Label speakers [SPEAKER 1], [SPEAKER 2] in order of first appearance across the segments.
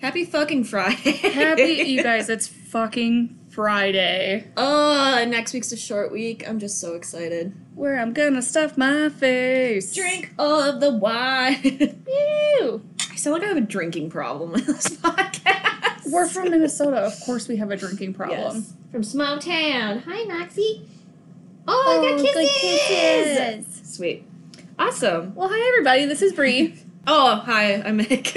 [SPEAKER 1] Happy fucking Friday.
[SPEAKER 2] Happy, you guys, it's fucking Friday.
[SPEAKER 1] Oh, next week's a short week. I'm just so excited.
[SPEAKER 2] Where I'm gonna stuff my face.
[SPEAKER 1] Drink all of the wine. Ew. I sound like I have a drinking problem with this podcast.
[SPEAKER 2] We're from Minnesota. Of course, we have a drinking problem.
[SPEAKER 1] Yes. From Small Town. Hi, Moxie. Oh, I got kisses. Sweet. Awesome.
[SPEAKER 2] Well, hi, everybody. This is Bree.
[SPEAKER 1] Oh, hi. I'm Mick.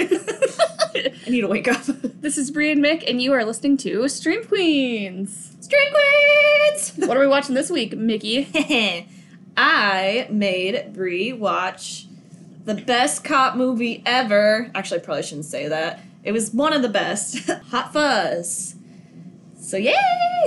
[SPEAKER 1] I need to wake up. Stream
[SPEAKER 2] this is Bree and Mick, and you are listening to Stream Queens.
[SPEAKER 1] Queens!
[SPEAKER 2] What are we watching this week, Mickey?
[SPEAKER 1] I made Brie watch the best cop movie ever. Actually, I probably shouldn't say that. It was one of the best Hot Fuzz. So, yay!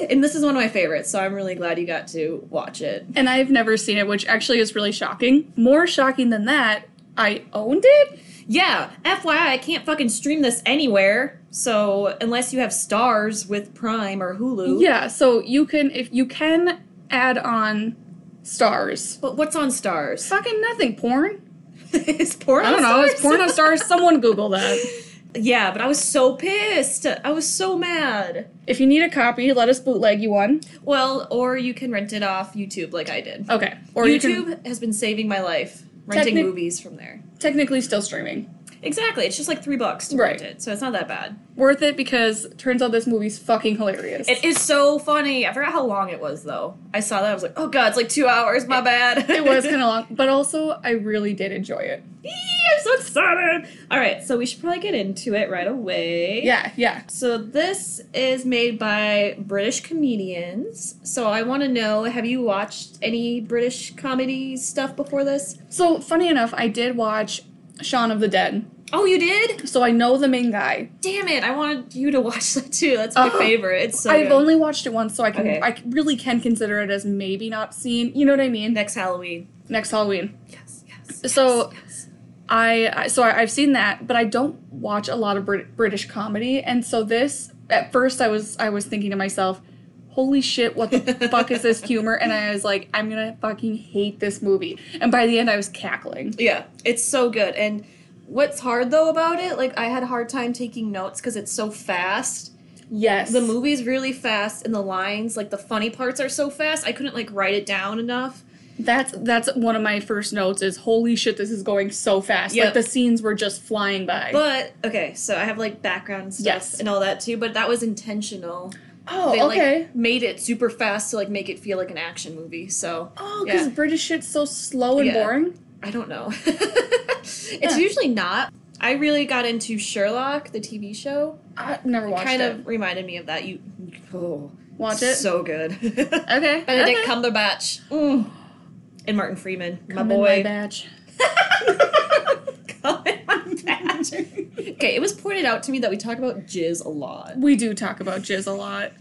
[SPEAKER 1] And this is one of my favorites, so I'm really glad you got to watch it.
[SPEAKER 2] And I've never seen it, which actually is really shocking. More shocking than that, I owned it.
[SPEAKER 1] Yeah, FYI, I can't fucking stream this anywhere. So, unless you have stars with Prime or Hulu.
[SPEAKER 2] Yeah, so you can if you can add on stars.
[SPEAKER 1] But what's on stars?
[SPEAKER 2] Fucking nothing. Porn.
[SPEAKER 1] it's porn
[SPEAKER 2] I don't know. It's porn on stars. Someone Google that.
[SPEAKER 1] yeah, but I was so pissed. I was so mad.
[SPEAKER 2] If you need a copy, let us bootleg you one.
[SPEAKER 1] Well, or you can rent it off YouTube like I did.
[SPEAKER 2] Okay. Or you
[SPEAKER 1] YouTube
[SPEAKER 2] can
[SPEAKER 1] has been saving my life, renting
[SPEAKER 2] Technic-
[SPEAKER 1] movies from there.
[SPEAKER 2] technically still streaming.
[SPEAKER 1] Exactly. It's just like three bucks to
[SPEAKER 2] Right.
[SPEAKER 1] rent it, so it's not that bad.
[SPEAKER 2] Worth it because turns out this movie's fucking hilarious.
[SPEAKER 1] It is so funny. I forgot how long it was though. I saw that. I was like, oh god, it's like two hours. My bad.
[SPEAKER 2] it was kind of long, but also I really did enjoy it.
[SPEAKER 1] Eee, I'm so excited. All right, so we should probably get into it right away.
[SPEAKER 2] Yeah, yeah.
[SPEAKER 1] So this is made by British comedians. So I want to know, have you watched any British comedy stuff before this?
[SPEAKER 2] So funny enough, I did watch Shaun of the Dead,
[SPEAKER 1] Oh, you did?
[SPEAKER 2] so I know the main guy.
[SPEAKER 1] Damn it! I wanted you to watch that too. That's my
[SPEAKER 2] Oh.
[SPEAKER 1] favorite. It's so
[SPEAKER 2] I've
[SPEAKER 1] good.
[SPEAKER 2] only watched it once, so I can
[SPEAKER 1] Okay.
[SPEAKER 2] I really can consider it as maybe not seen. You know what I mean?
[SPEAKER 1] next Halloween.
[SPEAKER 2] Next Halloween.
[SPEAKER 1] Yes. Yes.
[SPEAKER 2] So-
[SPEAKER 1] yes,
[SPEAKER 2] I I- so I, I've seen that, but I don't watch a lot of Brit- British comedy, and so this at first I was I was thinking to myself, "Holy shit, what the fuck is this humor?" And I was like, "I'm gonna fucking hate this movie." And by the end, I was cackling.
[SPEAKER 1] yes. yeah, it's so good. And what's hard though about it? Like I had a hard time taking notes because it's so fast.
[SPEAKER 2] Yes,
[SPEAKER 1] The movie's really fast, and the lines, like the funny parts, are so fast. I couldn't like write it down enough.
[SPEAKER 2] That's that's one of my first notes is, "Holy shit, this is going so fast!"
[SPEAKER 1] Yep.
[SPEAKER 2] Like the scenes were just flying by.
[SPEAKER 1] But okay, so I have like background stuff
[SPEAKER 2] Yes.
[SPEAKER 1] and all that too. But that was intentional.
[SPEAKER 2] oh,
[SPEAKER 1] they
[SPEAKER 2] okay.
[SPEAKER 1] like made it super fast to like make it feel like an action movie. So
[SPEAKER 2] oh, because
[SPEAKER 1] yeah.
[SPEAKER 2] British shit's so slow and
[SPEAKER 1] Yeah.
[SPEAKER 2] boring.
[SPEAKER 1] I don't know. it's
[SPEAKER 2] Yeah.
[SPEAKER 1] usually not. I really got into Sherlock, the TV show.
[SPEAKER 2] I never watched
[SPEAKER 1] kind
[SPEAKER 2] it.
[SPEAKER 1] of reminded me of that. You oh,
[SPEAKER 2] Watch it.
[SPEAKER 1] So good.
[SPEAKER 2] okay.
[SPEAKER 1] Benedict
[SPEAKER 2] okay.
[SPEAKER 1] Cumberbatch. Mm. And Martin Freeman, my
[SPEAKER 2] Come in
[SPEAKER 1] boy.
[SPEAKER 2] batch.
[SPEAKER 1] Come in my batch. okay, it was pointed out to me that we talk about jizz a lot.
[SPEAKER 2] We do talk about jizz a lot.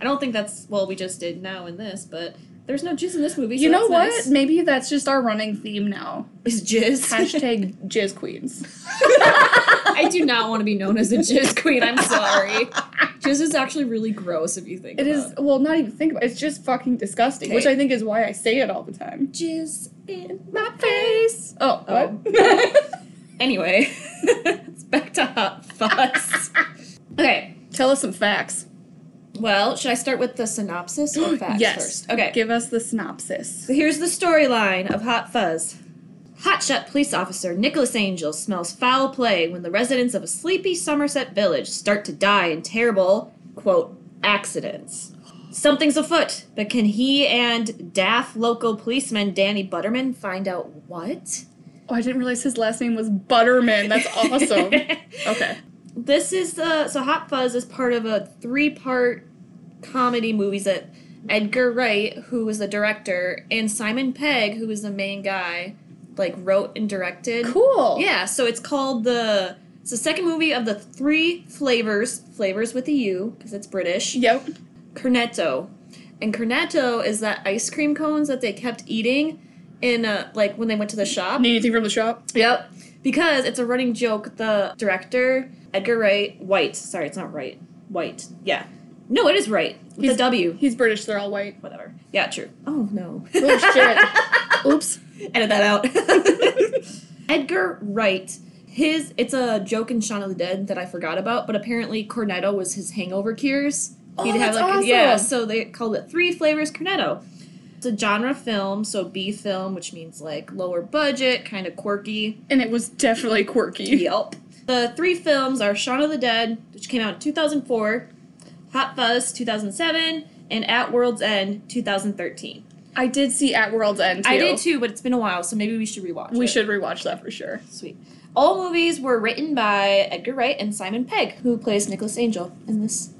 [SPEAKER 1] I don't think that's well we just did now in this, but there's no jizz in this movie.
[SPEAKER 2] You
[SPEAKER 1] so
[SPEAKER 2] know what?
[SPEAKER 1] that's Nice.
[SPEAKER 2] Maybe that's just our running theme now.
[SPEAKER 1] It's jizz.
[SPEAKER 2] Hashtag jizz queens.
[SPEAKER 1] I do not want to be known as a jizz queen. I'm sorry. jizz is actually really gross if you think
[SPEAKER 2] It
[SPEAKER 1] about
[SPEAKER 2] is well, not even think about it. It's just fucking disgusting, which
[SPEAKER 1] Okay.
[SPEAKER 2] I think is why I say it all the time.
[SPEAKER 1] jizz in my
[SPEAKER 2] face. Oh,
[SPEAKER 1] Oh.
[SPEAKER 2] what?
[SPEAKER 1] Anyway, it's back to hot fuzz. okay.
[SPEAKER 2] Tell us some facts.
[SPEAKER 1] Well, should I start with the synopsis or facts
[SPEAKER 2] yes.
[SPEAKER 1] first? Okay.
[SPEAKER 2] Give us the synopsis.
[SPEAKER 1] So here's the storyline of Hot Fuzz. Hotshot police officer Nicholas Angel smells foul play when the residents of a sleepy Somerset village start to die in terrible, quote, accidents. Something's afoot, but can he and daft local policeman Danny Butterman find out what?
[SPEAKER 2] Oh, I didn't realize his last name was Butterman. That's awesome. okay.
[SPEAKER 1] this is the so Hot Fuzz is part of a three part comedy movies that Edgar Wright, who was the director, and Simon Pegg, who was the main guy, like wrote and directed.
[SPEAKER 2] Cool.
[SPEAKER 1] Yeah, so it's called the it's the second movie of the three flavors, flavors with a U because it's British.
[SPEAKER 2] Yep.
[SPEAKER 1] Cornetto. And cornetto is that ice cream cones that they kept eating in uh, like when they went to the shop.
[SPEAKER 2] Need anything from the shop?
[SPEAKER 1] Yep. Because it's a running joke. The director, Edgar Wright, White. Sorry, it's not Wright. White. Yeah. No, it is Wright. With a
[SPEAKER 2] He's-
[SPEAKER 1] W.
[SPEAKER 2] He's British. They're all white.
[SPEAKER 1] Whatever. Yeah, true. Oh, no.
[SPEAKER 2] Oh shit. Oops.
[SPEAKER 1] Edit that out. Edgar Wright. his it's a joke in Shaun of the Dead that I forgot about, but apparently cornetto was his hangover cures.
[SPEAKER 2] Oh,
[SPEAKER 1] He'd
[SPEAKER 2] that's awesome.
[SPEAKER 1] yeah, so they called it three flavors cornetto. It's a genre film, so B film, which means like lower budget, kind of quirky.
[SPEAKER 2] And it was definitely quirky.
[SPEAKER 1] Yelp. The three films are Shaun of the Dead, which came out in 2004, Hot Fuzz 2007, and At World's End 2013.
[SPEAKER 2] I did see At World's End. Too.
[SPEAKER 1] I did too, but it's been a while, so maybe we should rewatch.
[SPEAKER 2] We
[SPEAKER 1] it.
[SPEAKER 2] should rewatch that for sure.
[SPEAKER 1] Sweet. All movies were written by Edgar Wright and Simon Pegg, who plays Nicholas Angel in this.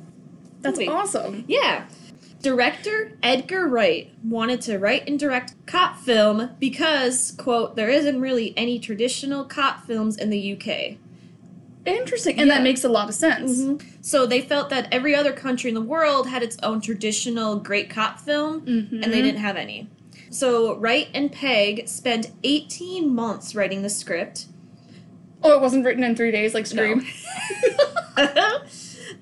[SPEAKER 2] That's
[SPEAKER 1] Movie.
[SPEAKER 2] awesome.
[SPEAKER 1] Yeah. Director Edgar Wright wanted to write and direct cop film because, quote, there isn't really any traditional cop films in the UK.
[SPEAKER 2] Interesting. And
[SPEAKER 1] Yeah. Mm-hmm.
[SPEAKER 2] that makes a lot of sense.
[SPEAKER 1] So they felt that every other country in the world had its own traditional great cop film,
[SPEAKER 2] Mm-hmm.
[SPEAKER 1] and they didn't have any. So Wright and Peg spent 18 months writing the script.
[SPEAKER 2] Oh, it wasn't written in three days like
[SPEAKER 1] No.
[SPEAKER 2] Scream.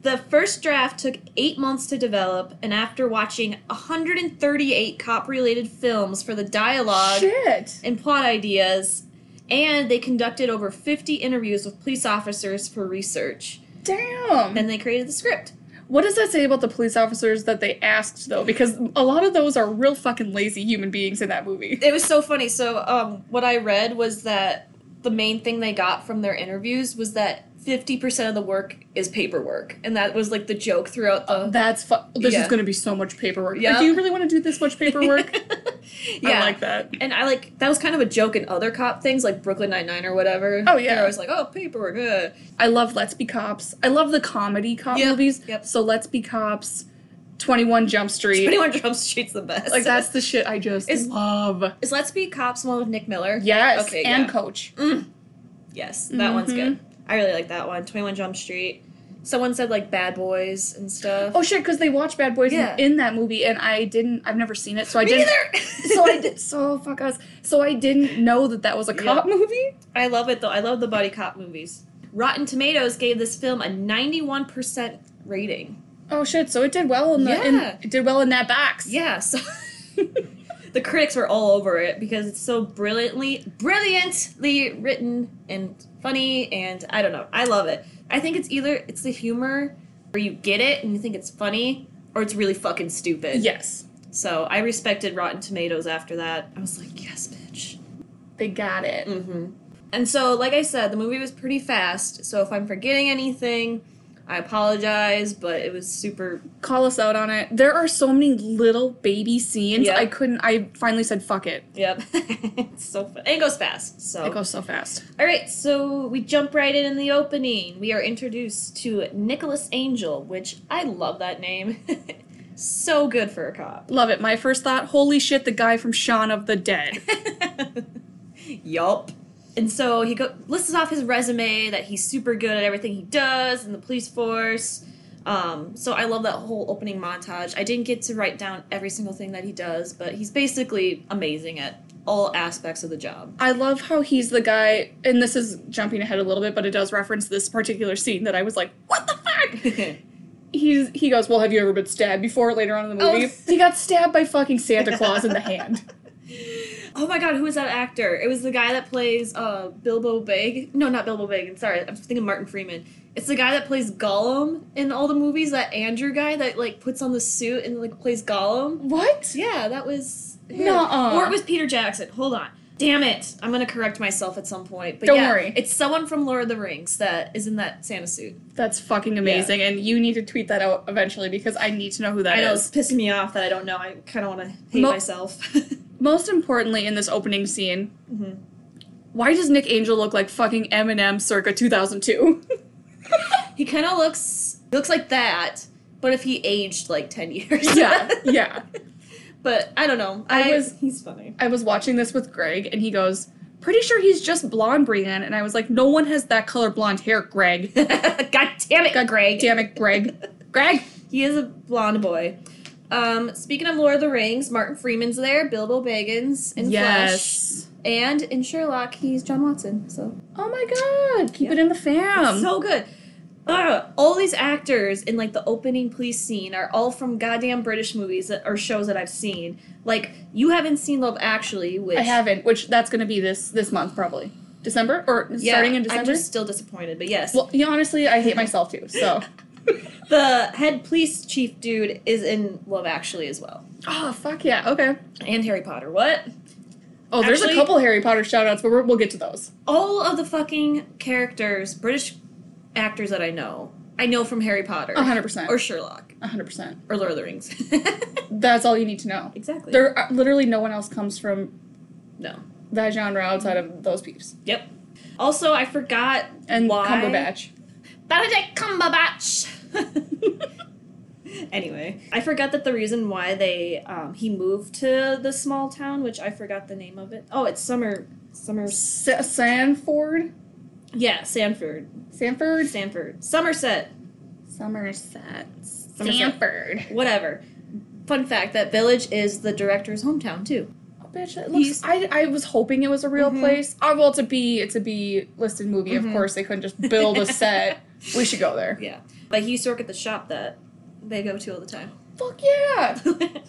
[SPEAKER 1] the first draft took eight months to develop, and after watching 138 cop related films for the dialogue
[SPEAKER 2] Shit.
[SPEAKER 1] and plot ideas, and they conducted over 50 interviews with police officers for research.
[SPEAKER 2] Damn.
[SPEAKER 1] Then they created the script.
[SPEAKER 2] What does that say about the police officers that they asked though? Because a lot of those are real fucking lazy human beings in that movie.
[SPEAKER 1] It was so funny. So, um, what I read was that the main thing they got from their interviews was that 50% of the work is paperwork. And that was like the joke throughout the.
[SPEAKER 2] That's fu- this
[SPEAKER 1] Yeah.
[SPEAKER 2] is going to be so much paperwork. Like,
[SPEAKER 1] Yeah.
[SPEAKER 2] do you really want to do this much paperwork?
[SPEAKER 1] yeah.
[SPEAKER 2] I like that.
[SPEAKER 1] And I like that was kind of a joke in other cop things like Brooklyn Nine Nine or whatever.
[SPEAKER 2] Oh, yeah.
[SPEAKER 1] they're always like oh paperwork. Uh.
[SPEAKER 2] I love Let's Be Cops. I love the comedy cop
[SPEAKER 1] Yep,
[SPEAKER 2] movies.
[SPEAKER 1] yep.
[SPEAKER 2] So Let's Be Cops, Twenty One Jump Street.
[SPEAKER 1] Twenty One Jump Street's the best.
[SPEAKER 2] Like that's the shit I just
[SPEAKER 1] It's-
[SPEAKER 2] love.
[SPEAKER 1] is Let's Be Cops one with Nick Miller.
[SPEAKER 2] Yes,
[SPEAKER 1] Okay,
[SPEAKER 2] and
[SPEAKER 1] yeah.
[SPEAKER 2] Coach.
[SPEAKER 1] Yes, that one's
[SPEAKER 2] Mhm.
[SPEAKER 1] good. I really like that one. Twenty One Jump Street. Someone said like Bad Boys and stuff.
[SPEAKER 2] Oh shit, because they watch Bad Boys in-
[SPEAKER 1] Yeah.
[SPEAKER 2] in, that movie, and I didn't. I've never seen it, so I
[SPEAKER 1] Me
[SPEAKER 2] didn't.
[SPEAKER 1] either.
[SPEAKER 2] so I did. So fuck us. So I didn't know that that was a cop movie.
[SPEAKER 1] I love it though. I love the buddy cop movies. Rotten Tomatoes gave this film a ninety-one percent rating.
[SPEAKER 2] Oh shit! So it did well in the. in-
[SPEAKER 1] Yeah.
[SPEAKER 2] it did well in that box.
[SPEAKER 1] Yeah, so the critics were all over it because it's so brilliantly brilliantly written and funny and I don't know. I love it. I think it's either it's the humor where you get it and you think it's funny or it's really fucking stupid.
[SPEAKER 2] Yes,
[SPEAKER 1] So I respected Rotten Tomatoes after that. I was like, yes, bitch.
[SPEAKER 2] they got it.
[SPEAKER 1] Mm-hmm. And so, like I said, the movie was pretty fast. So if I'm forgetting anything, I apologize, but it was super.
[SPEAKER 2] Call us out on it. There are so many little baby scenes.
[SPEAKER 1] Yeah.
[SPEAKER 2] I couldn't. I finally said fuck it.
[SPEAKER 1] Yep, it's so fun. And it goes fast. So
[SPEAKER 2] It goes so fast.
[SPEAKER 1] All right, so we jump right in in the opening. We are introduced to Nicholas Angel, which I love that name. so good for a cop.
[SPEAKER 2] Love it. My first thought: holy shit, the guy from Shaun of the Dead.
[SPEAKER 1] yup. And so he go- lists off his resume that he's super good at everything he does in the police force. Um, so I love that whole opening montage. I didn't get to write down every single thing that he does, but he's basically amazing at all aspects of the job.
[SPEAKER 2] I love how he's the guy, and this is jumping ahead a little bit, but it does reference this particular scene that I was like, "What the fuck?" He's he goes, "Well, have you ever been stabbed before?" Later on in the
[SPEAKER 1] Oh.
[SPEAKER 2] movie, he got stabbed by fucking Santa Claus in the hand.
[SPEAKER 1] Oh my god, who is that actor? It was the guy that plays uh Bilbo Baggins. No, not Bilbo Baggins. Sorry, I'm thinking Martin Freeman. It's the guy that plays Gollum in all the movies. That Andrew guy that like puts on the suit and like plays Gollum.
[SPEAKER 2] What?
[SPEAKER 1] Yeah, that was. him.
[SPEAKER 2] Nuh-uh.
[SPEAKER 1] Or it was Peter Jackson. Hold on. Damn it! I'm gonna correct myself at some point. But
[SPEAKER 2] Don't
[SPEAKER 1] yeah,
[SPEAKER 2] worry.
[SPEAKER 1] It's someone from Lord of the Rings that is in that Santa suit.
[SPEAKER 2] That's fucking amazing, and you need to tweet that out eventually because I need to know who that
[SPEAKER 1] I
[SPEAKER 2] is.
[SPEAKER 1] know it's pissing me off that I don't know. I kind of want to hate
[SPEAKER 2] Mo-
[SPEAKER 1] myself.
[SPEAKER 2] Most importantly, in this opening scene,
[SPEAKER 1] Mhm.
[SPEAKER 2] why does Nick Angel look like fucking Eminem circa 2002?
[SPEAKER 1] he kind of looks looks like that, but if he aged like ten years.
[SPEAKER 2] yeah, yeah.
[SPEAKER 1] But I don't know.
[SPEAKER 2] I
[SPEAKER 1] I,
[SPEAKER 2] was-
[SPEAKER 1] He's funny.
[SPEAKER 2] I was watching this with Greg, and he goes, "Pretty sure he's just blonde, Brienne." And I was like, "No one has that color blonde hair, Greg."
[SPEAKER 1] God damn it,
[SPEAKER 2] God,
[SPEAKER 1] Greg.
[SPEAKER 2] Damn it, Greg. Greg.
[SPEAKER 1] He is a blonde boy. Um, speaking of Lord of the Rings, Martin Freeman's there, Bilbo Baggins in Flesh, and in Sherlock, he's John Watson. So
[SPEAKER 2] Oh my God! Keep
[SPEAKER 1] Yeah.
[SPEAKER 2] it in the fam.
[SPEAKER 1] so good. Ugh, all these actors in like the opening police scene are all from goddamn British movies that, or shows that I've seen. Like you haven't seen Love Actually, which
[SPEAKER 2] I haven't, which that's gonna be this this month probably. December or
[SPEAKER 1] Yeah,
[SPEAKER 2] starting in
[SPEAKER 1] I'm
[SPEAKER 2] December.
[SPEAKER 1] just still disappointed, but yes.
[SPEAKER 2] Well, yeah, honestly, I hate myself too. So,
[SPEAKER 1] the head police chief dude is in Love Actually as well.
[SPEAKER 2] oh fuck yeah, okay.
[SPEAKER 1] And Harry Potter. What?
[SPEAKER 2] Oh, there's
[SPEAKER 1] Actually-
[SPEAKER 2] a couple Harry Potter shout outs, but we're, we'll get to those.
[SPEAKER 1] All of the fucking characters, British actors that I know, I know from Harry Potter.
[SPEAKER 2] A hundred percent.
[SPEAKER 1] Or Sherlock.
[SPEAKER 2] A hundred percent.
[SPEAKER 1] Or Lord of the Rings.
[SPEAKER 2] That's all you need to know.
[SPEAKER 1] exactly.
[SPEAKER 2] There, are- literally, no one else comes from
[SPEAKER 1] no.
[SPEAKER 2] that genre outside of those peeps
[SPEAKER 1] Yep. Also, I forgot
[SPEAKER 2] and
[SPEAKER 1] why.
[SPEAKER 2] Cumberbatch.
[SPEAKER 1] Benedict Cumberbatch. anyway, I forgot that the reason why they um, he moved to the small town, which I forgot the name of it. Oh, it's Summer Summer.
[SPEAKER 2] Sa- Sanford,
[SPEAKER 1] Yeah, Sanford,
[SPEAKER 2] Sanford,
[SPEAKER 1] Sanford, Somerset,
[SPEAKER 2] Somerset,
[SPEAKER 1] Somerset.
[SPEAKER 2] Sanford.
[SPEAKER 1] whatever. Fun fact: that village is the director's hometown too.
[SPEAKER 2] Oh, bitch,
[SPEAKER 1] He's-
[SPEAKER 2] it looks. I, I was hoping it was a real
[SPEAKER 1] Mhm.
[SPEAKER 2] place. Oh, well, it's a B. It's a B listed movie.
[SPEAKER 1] Mhm.
[SPEAKER 2] Of course, they couldn't just build a set. we should go there.
[SPEAKER 1] Yeah, but he used to work at the shop that they go to all the time.
[SPEAKER 2] Fuck yeah!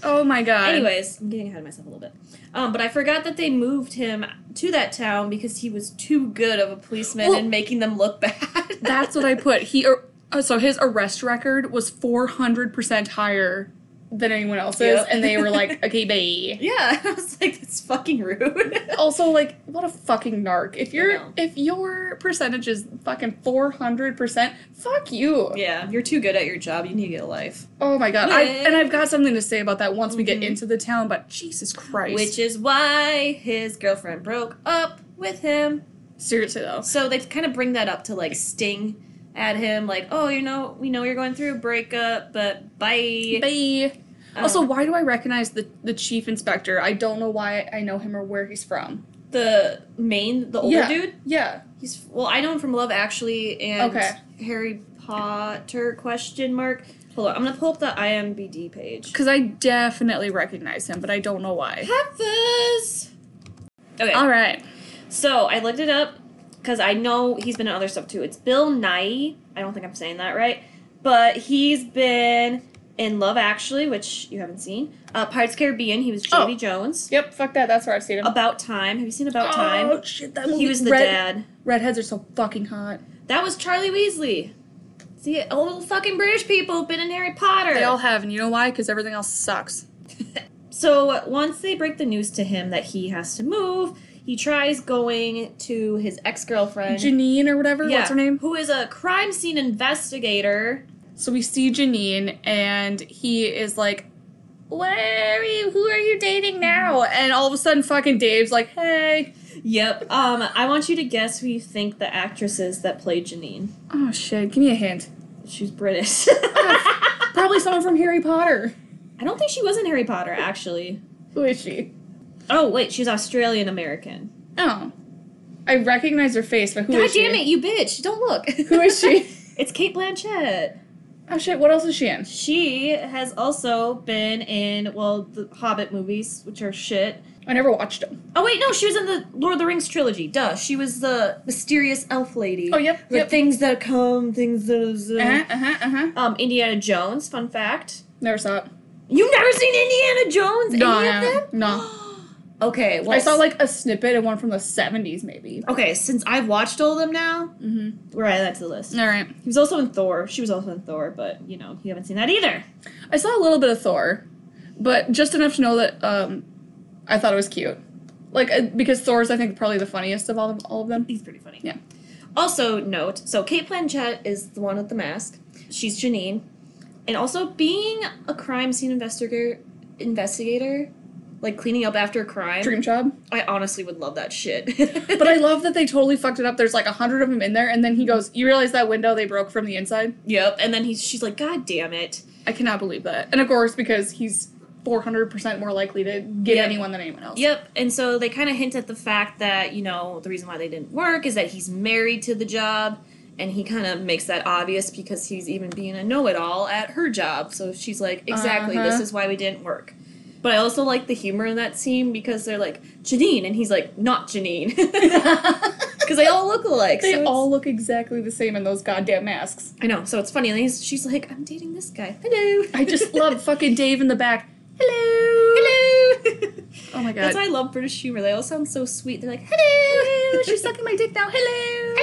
[SPEAKER 2] Oh my god.
[SPEAKER 1] Anyways, I'm getting ahead of myself a little bit. Um, but I forgot that they moved him to that town because he was too good of a policeman
[SPEAKER 2] Well-
[SPEAKER 1] and making them look bad.
[SPEAKER 2] that's what I put. He ar- uh, so his arrest record was four hundred percent higher than anyone else's,
[SPEAKER 1] Yep.
[SPEAKER 2] and they were like, okay, bye.
[SPEAKER 1] Yeah, I was like, that's fucking rude.
[SPEAKER 2] Also, like, what a fucking narc! If
[SPEAKER 1] know.
[SPEAKER 2] your if your percentage is fucking four hundred percent, fuck you.
[SPEAKER 1] yeah, you're too good at your job. You need to get a life.
[SPEAKER 2] Oh my god! I,
[SPEAKER 1] Yay.
[SPEAKER 2] and I've got something to say about that once we get
[SPEAKER 1] Mhm.
[SPEAKER 2] into the town, but Jesus Christ!
[SPEAKER 1] Which is why his girlfriend broke up with him.
[SPEAKER 2] seriously though,
[SPEAKER 1] So they kind of bring that up to like sting at him, like, oh, you know, we know you're going through a breakup, but bye.
[SPEAKER 2] bye.
[SPEAKER 1] Um,
[SPEAKER 2] also, why do I recognize the the chief inspector? I don't know why I know him or where he's from.
[SPEAKER 1] the main, the older
[SPEAKER 2] Yeah.
[SPEAKER 1] dude,
[SPEAKER 2] Yeah,
[SPEAKER 1] he's well, I know him from Love Actually and
[SPEAKER 2] Okay.
[SPEAKER 1] Harry Potter question mark. Hold on, I'm gonna pull up the IMBD page.
[SPEAKER 2] because I definitely recognize him, but I don't know why.
[SPEAKER 1] Peppers. Okay.
[SPEAKER 2] All right.
[SPEAKER 1] So I looked it up because I know he's been in other stuff too. It's Bill Nye. I don't think I'm saying that right, but he's been in Love Actually, which you haven't seen. Uh, Pirates of the Caribbean. He was
[SPEAKER 2] Oh.
[SPEAKER 1] Jody Jones.
[SPEAKER 2] Yep. Fuck that. That's where I've seen him.
[SPEAKER 1] About Time. Have you seen About
[SPEAKER 2] Oh
[SPEAKER 1] Time?
[SPEAKER 2] shit! That movie.
[SPEAKER 1] He was the
[SPEAKER 2] Red-
[SPEAKER 1] dad.
[SPEAKER 2] Redheads are so fucking hot.
[SPEAKER 1] That was Charlie Weasley. See, old fucking British people been in Harry Potter.
[SPEAKER 2] They all have, and you know why? Because everything else sucks.
[SPEAKER 1] So once they break the news to him that he has to move, he tries going to his ex girlfriend.
[SPEAKER 2] Janine or whatever. What's her name?
[SPEAKER 1] Who is a crime scene investigator.
[SPEAKER 2] So we see Janine, and he is like, "Where are you? Who are you dating now?" And all of a sudden, fucking Dave's like, "Hey."
[SPEAKER 1] Yep. Um, I want you to guess who you think the actress is that played Janine.
[SPEAKER 2] Oh shit! Give me a hint.
[SPEAKER 1] She's British.
[SPEAKER 2] Probably someone from Harry Potter.
[SPEAKER 1] I don't think she was in Harry Potter, actually.
[SPEAKER 2] Who is she?
[SPEAKER 1] Oh wait, she's Australian American.
[SPEAKER 2] Oh, I recognize her face, but who
[SPEAKER 1] God
[SPEAKER 2] is she?
[SPEAKER 1] damn it, you bitch! Don't look.
[SPEAKER 2] Who is she?
[SPEAKER 1] it's Kate Blanchett.
[SPEAKER 2] Oh shit! What else is she in?
[SPEAKER 1] She has also been in well the Hobbit movies, which are shit.
[SPEAKER 2] I never watched them.
[SPEAKER 1] Oh wait, no, she was in the Lord of the Rings trilogy. Duh, she was the mysterious elf lady.
[SPEAKER 2] Oh yep.
[SPEAKER 1] The
[SPEAKER 2] Yep.
[SPEAKER 1] things that come, things that. uh,
[SPEAKER 2] Uh-huh, uh-huh, uh-huh.
[SPEAKER 1] Um, Indiana Jones. Fun fact.
[SPEAKER 2] Never saw it.
[SPEAKER 1] You've never seen Indiana Jones?
[SPEAKER 2] No,
[SPEAKER 1] any
[SPEAKER 2] I
[SPEAKER 1] of
[SPEAKER 2] haven't.
[SPEAKER 1] them?
[SPEAKER 2] No.
[SPEAKER 1] okay, well,
[SPEAKER 2] I saw like a snippet of one from the 70s, maybe.
[SPEAKER 1] Okay, since I've watched all of them now,
[SPEAKER 2] Mm-hmm.
[SPEAKER 1] we're right back to the list.
[SPEAKER 2] All right.
[SPEAKER 1] He was also in Thor. She was also in Thor, but you know, you haven't seen that either.
[SPEAKER 2] I saw a little bit of Thor, but just enough to know that um, I thought it was cute. Like, uh, because Thor's, I think, probably the funniest of all of, all of them.
[SPEAKER 1] He's pretty funny.
[SPEAKER 2] Yeah.
[SPEAKER 1] Also, note so Kate Blanchett is the one with the mask. She's Janine. And also, being a crime scene investigator, investigator, like cleaning up after a crime,
[SPEAKER 2] Dream job.
[SPEAKER 1] I honestly would love that shit.
[SPEAKER 2] But I love that they totally fucked it up. There's like a hundred of them in there, and then he goes, You realize that window they broke from the inside?
[SPEAKER 1] yep. And then he's, she's like, God damn it.
[SPEAKER 2] I cannot believe that. And of course, because he's 400% more likely to get
[SPEAKER 1] Yeah.
[SPEAKER 2] anyone than anyone else.
[SPEAKER 1] Yep, and so they kind of hint at the fact that, you know, the reason why they didn't work is that he's married to the job, and he kind of makes that obvious because he's even being a know it all at her job. So she's like, exactly, this
[SPEAKER 2] Uh-huh.
[SPEAKER 1] is why we didn't work. But I also like the humor in that scene because they're like, Janine, and he's like, not Janine. Because they all look alike. so
[SPEAKER 2] They
[SPEAKER 1] it's-
[SPEAKER 2] all look exactly the same in those goddamn masks.
[SPEAKER 1] I know, so it's funny. And he's, she's like, I'm dating this guy. Hello.
[SPEAKER 2] I just love fucking Dave in the back. Hello.
[SPEAKER 1] Hello.
[SPEAKER 2] Oh my god.
[SPEAKER 1] That's why I love British humor. They all sound so sweet. They're like, hello,
[SPEAKER 2] She's sucking my dick now. Hello.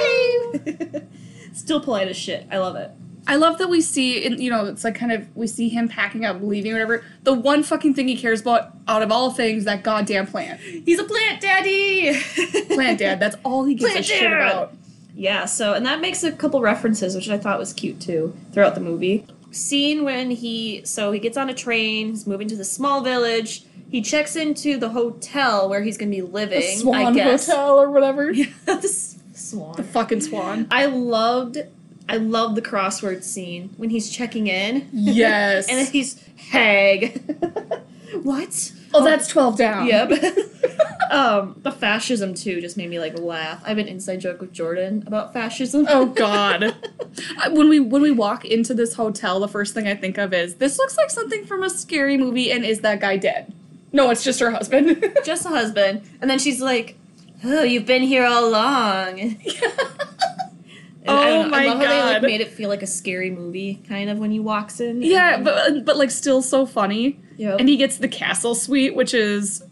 [SPEAKER 1] hello. Still polite as shit. I love it.
[SPEAKER 2] I love that we see, in, you know, it's like kind of we see him packing up, leaving, whatever. The one fucking thing he cares about out of all things, that goddamn plant,
[SPEAKER 1] He's a plant daddy.
[SPEAKER 2] plant dad. That's all he gives a
[SPEAKER 1] Plant
[SPEAKER 2] shit
[SPEAKER 1] dad!
[SPEAKER 2] about.
[SPEAKER 1] Yeah, so and that makes a couple references, which I thought was cute too, throughout the movie. Scene when he so he gets on a train, he's moving to the small village. He checks into the hotel where he's gonna be living.
[SPEAKER 2] The
[SPEAKER 1] I
[SPEAKER 2] Swan
[SPEAKER 1] guess.
[SPEAKER 2] Hotel or whatever.
[SPEAKER 1] Yeah, the s- swan.
[SPEAKER 2] The fucking Swan.
[SPEAKER 1] I loved, I loved the crossword scene when he's checking in.
[SPEAKER 2] Yes.
[SPEAKER 1] and then he's hag. what?
[SPEAKER 2] oh, that's twelve down.
[SPEAKER 1] Yep. um, the fascism too just made me like laugh. I have an inside joke with Jordan about fascism.
[SPEAKER 2] Oh, God. I- when we when we walk into this hotel, the first thing I think of is this looks like something from a scary movie, and is that guy dead? No, it's just her husband.
[SPEAKER 1] just a husband. And then she's like, "Oh, you've been here all along." And I
[SPEAKER 2] Oh
[SPEAKER 1] don't know,
[SPEAKER 2] my
[SPEAKER 1] I love How they
[SPEAKER 2] God.
[SPEAKER 1] like made it feel like a scary movie, kind of when he walks in.
[SPEAKER 2] yeah, but but like still so funny.
[SPEAKER 1] Yep.
[SPEAKER 2] And he gets the castle suite, which is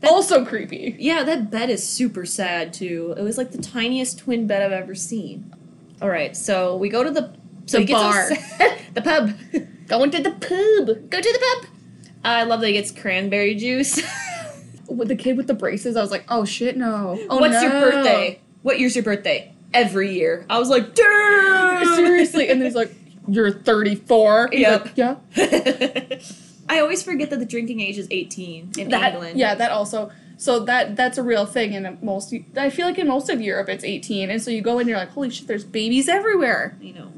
[SPEAKER 1] That-
[SPEAKER 2] also creepy.
[SPEAKER 1] Yeah, that bed is super sad too. It was like the tiniest twin bed I've ever seen. All right, so we go to the so
[SPEAKER 2] The
[SPEAKER 1] he gets all
[SPEAKER 2] bar.
[SPEAKER 1] sad- the pub.
[SPEAKER 2] Going to the pub.
[SPEAKER 1] Go to the pub. I love that he gets cranberry juice.
[SPEAKER 2] With the kid with the braces, I was like, oh shit, no. Oh,
[SPEAKER 1] What's your
[SPEAKER 2] no.
[SPEAKER 1] birthday? What year's your birthday? Every year. I was like, damn.
[SPEAKER 2] Seriously. And then he's like, you're 34. He's
[SPEAKER 1] Yep.
[SPEAKER 2] like, yeah.
[SPEAKER 1] I always forget that the drinking age is 18 in
[SPEAKER 2] that,
[SPEAKER 1] England.
[SPEAKER 2] Yeah, that also. So that that's a real thing in most. I feel like in most of Europe it's 18, and so you go in, you're like, holy shit, there's babies everywhere.
[SPEAKER 1] You know.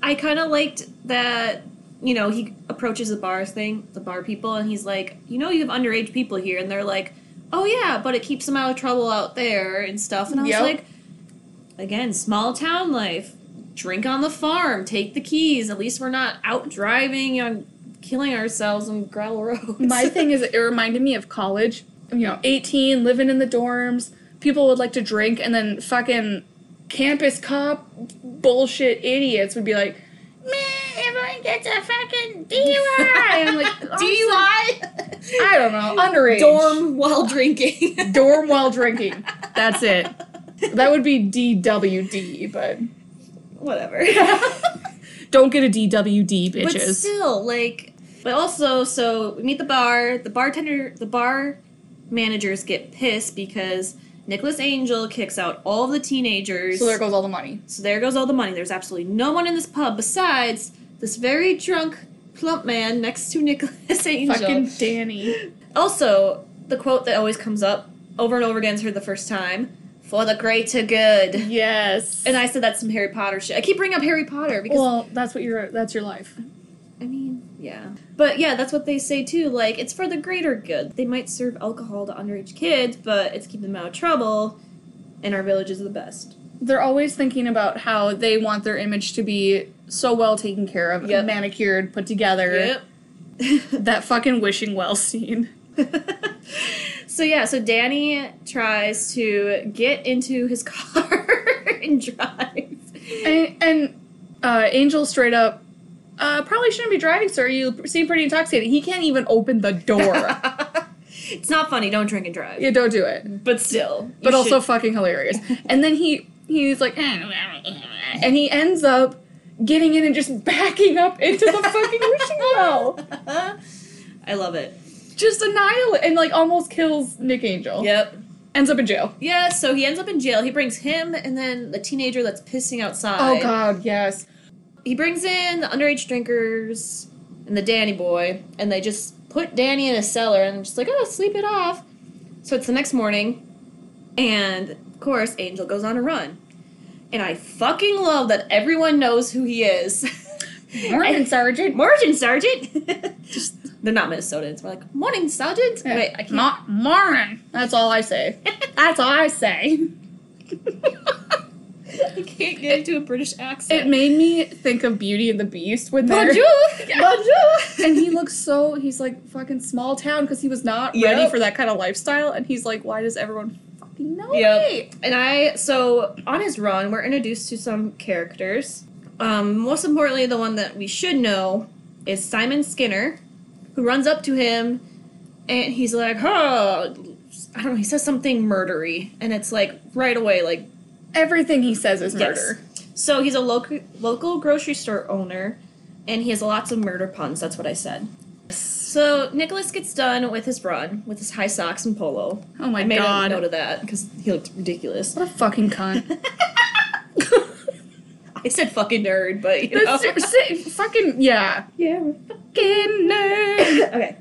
[SPEAKER 1] I kind of liked that, you know, he approaches the bar thing, the bar people, and he's like, you know, you have underage people here. And they're like, oh, yeah, but it keeps them out of trouble out there and stuff. And I was
[SPEAKER 2] Yep.
[SPEAKER 1] like, again, small town life. Drink on the farm. Take the keys. At least we're not out driving and killing ourselves on gravel roads.
[SPEAKER 2] My thing is, it reminded me of college. You know, 18, living in the dorms, people would like to drink, and then fucking campus cop bullshit idiots would be like, man, everyone gets a fucking DUI. And I'm like, DUI?
[SPEAKER 1] DUI.
[SPEAKER 2] I don't know, underage.
[SPEAKER 1] Dorm while drinking.
[SPEAKER 2] Dorm while drinking. That's it. That would be DWD, but.
[SPEAKER 1] Whatever.
[SPEAKER 2] Don't get a DWD,
[SPEAKER 1] but still, like, but also, so we meet the bar. The bartender, the bar managers get pissed because Nicholas Angel kicks out all of the teenagers.
[SPEAKER 2] so there goes all the money.
[SPEAKER 1] So there goes all the money. There's absolutely no one in this pub besides this very drunk, plump man next to Nicholas Angel.
[SPEAKER 2] Fucking Danny.
[SPEAKER 1] Also, the quote that always comes up over and over again is heard the first time for the greater good.
[SPEAKER 2] Yes.
[SPEAKER 1] And I said that's some Harry Potter shit. I keep bringing up Harry Potter because
[SPEAKER 2] well, that's what your that's your life.
[SPEAKER 1] I mean, yeah. But yeah, that's what they say too. Like, it's for the greater good. They might serve alcohol to underage kids, but it's keeping them out of trouble, and our village is the best.
[SPEAKER 2] They're always thinking about how they want their image to be so well taken care of,
[SPEAKER 1] Yep.
[SPEAKER 2] manicured, put together. That fucking wishing well scene.
[SPEAKER 1] so yeah, so Danny tries to get into his car and drive.
[SPEAKER 2] And, and uh, Angel straight up, uh, probably shouldn't be driving, sir. You seem pretty intoxicated. He can't even open the door.
[SPEAKER 1] it's not funny, don't drink and drive.
[SPEAKER 2] yeah, don't do it.
[SPEAKER 1] But still.
[SPEAKER 2] but
[SPEAKER 1] you
[SPEAKER 2] also
[SPEAKER 1] should-
[SPEAKER 2] fucking hilarious. And then he he's like, "Eh, and he ends up getting in and just backing up into the fucking wishing well,
[SPEAKER 1] I love it.
[SPEAKER 2] just annihilate and like almost kills Nick Angel.
[SPEAKER 1] Yep.
[SPEAKER 2] ends up in jail.
[SPEAKER 1] Yeah, so he ends up in jail. He brings him and then the teenager that's pissing outside.
[SPEAKER 2] Oh god, yes.
[SPEAKER 1] He brings in the underage drinkers and the Danny boy, and they just put Danny in a cellar and just like, oh, sleep it off. So it's the next morning, and of course, Angel goes on a run. And I fucking love that everyone knows who he is.
[SPEAKER 2] Morning, Sergeant.
[SPEAKER 1] Morning, Sergeant! just, they're not Minnesotans. We're like, morning, Sergeant! Wait, I can't.
[SPEAKER 2] Mo- morning. That's all I say. That's all I say.
[SPEAKER 1] I can't get into a British
[SPEAKER 2] It
[SPEAKER 1] accent.
[SPEAKER 2] made me think of Beauty and the Beast when they're
[SPEAKER 1] Bonjour! Bonjour!
[SPEAKER 2] and he looks so he's like fucking small town because he was not ready
[SPEAKER 1] Yep.
[SPEAKER 2] for that kind of lifestyle and he's like why does everyone fucking know
[SPEAKER 1] Yep.
[SPEAKER 2] me
[SPEAKER 1] And I so on his run, we're introduced to some characters. Um, most importantly, the one that we should know is Simon Skinner, who runs up to him and he's like, "Huh." I don't know. He says something murdery, and it's like right away, like
[SPEAKER 2] Everything he says is
[SPEAKER 1] Yes.
[SPEAKER 2] murder.
[SPEAKER 1] So he's a local local grocery store owner, and he has lots of murder puns. That's what I said. So Nicholas gets done with his run with his high socks and polo.
[SPEAKER 2] Oh my
[SPEAKER 1] I made
[SPEAKER 2] god.
[SPEAKER 1] a note of that because he looked ridiculous.
[SPEAKER 2] What a fucking cunt.
[SPEAKER 1] I said fucking nerd, but you know.
[SPEAKER 2] That's ser- ser- fucking yeah.
[SPEAKER 1] yeah.
[SPEAKER 2] Fucking nerd.
[SPEAKER 1] okay.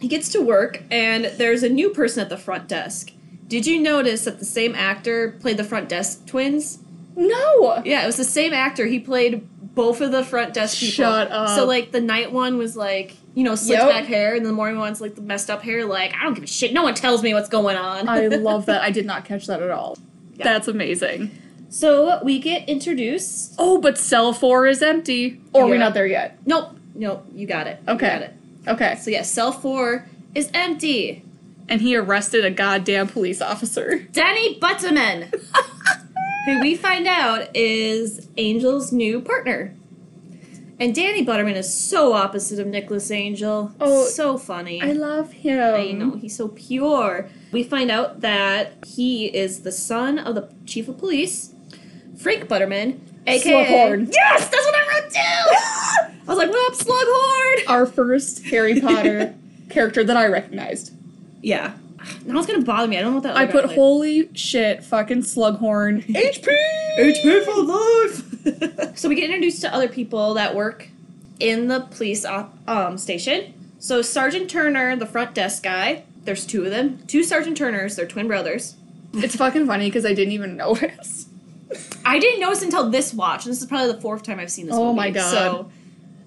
[SPEAKER 1] He gets to work, and there's a new person at the front desk. Did you notice that the same actor played the front desk twins?
[SPEAKER 2] No.
[SPEAKER 1] Yeah, it was the same actor. He played both of the front desk people.
[SPEAKER 2] Shut up.
[SPEAKER 1] So like the night one was like you know slicked
[SPEAKER 2] Yep.
[SPEAKER 1] back hair, and the morning one's like the messed up hair. Like I don't give a shit. No one tells me what's going on.
[SPEAKER 2] I love that. I did not catch that at all.
[SPEAKER 1] Yeah.
[SPEAKER 2] That's amazing.
[SPEAKER 1] So we get introduced.
[SPEAKER 2] Oh, but cell four is empty. Or we're
[SPEAKER 1] Yeah.
[SPEAKER 2] not there yet.
[SPEAKER 1] Nope, nope, you got it. You
[SPEAKER 2] Okay.
[SPEAKER 1] got it.
[SPEAKER 2] Okay.
[SPEAKER 1] So yeah, cell four is empty.
[SPEAKER 2] And he arrested a goddamn police officer.
[SPEAKER 1] Danny Butterman, who we find out is Angel's new partner. And Danny Butterman is so opposite of Nicholas Angel.
[SPEAKER 2] Oh,
[SPEAKER 1] so funny.
[SPEAKER 2] I love him.
[SPEAKER 1] I know, he's so pure. We find out that he is the son of the chief of police, Frank Butterman, aka
[SPEAKER 2] Slughorn.
[SPEAKER 1] Yes, that's what I wrote down. I was like, "What up, Slughorn?"
[SPEAKER 2] Our first Harry Potter character that I recognized.
[SPEAKER 1] Yeah. Now it's gonna bother me. I don't know what that.
[SPEAKER 2] I
[SPEAKER 1] other guy
[SPEAKER 2] put
[SPEAKER 1] played.
[SPEAKER 2] holy shit, fucking Slughorn. HP!
[SPEAKER 1] HP for life. so we get introduced to other people that work in the police op- um, station. So Sergeant Turner, the front desk guy. There's two of them. Two Sergeant Turners. They're twin brothers.
[SPEAKER 2] It's fucking funny because I didn't even notice.
[SPEAKER 1] I didn't notice until this watch. and This is probably the fourth time I've seen this.
[SPEAKER 2] Oh
[SPEAKER 1] movie,
[SPEAKER 2] my God.
[SPEAKER 1] So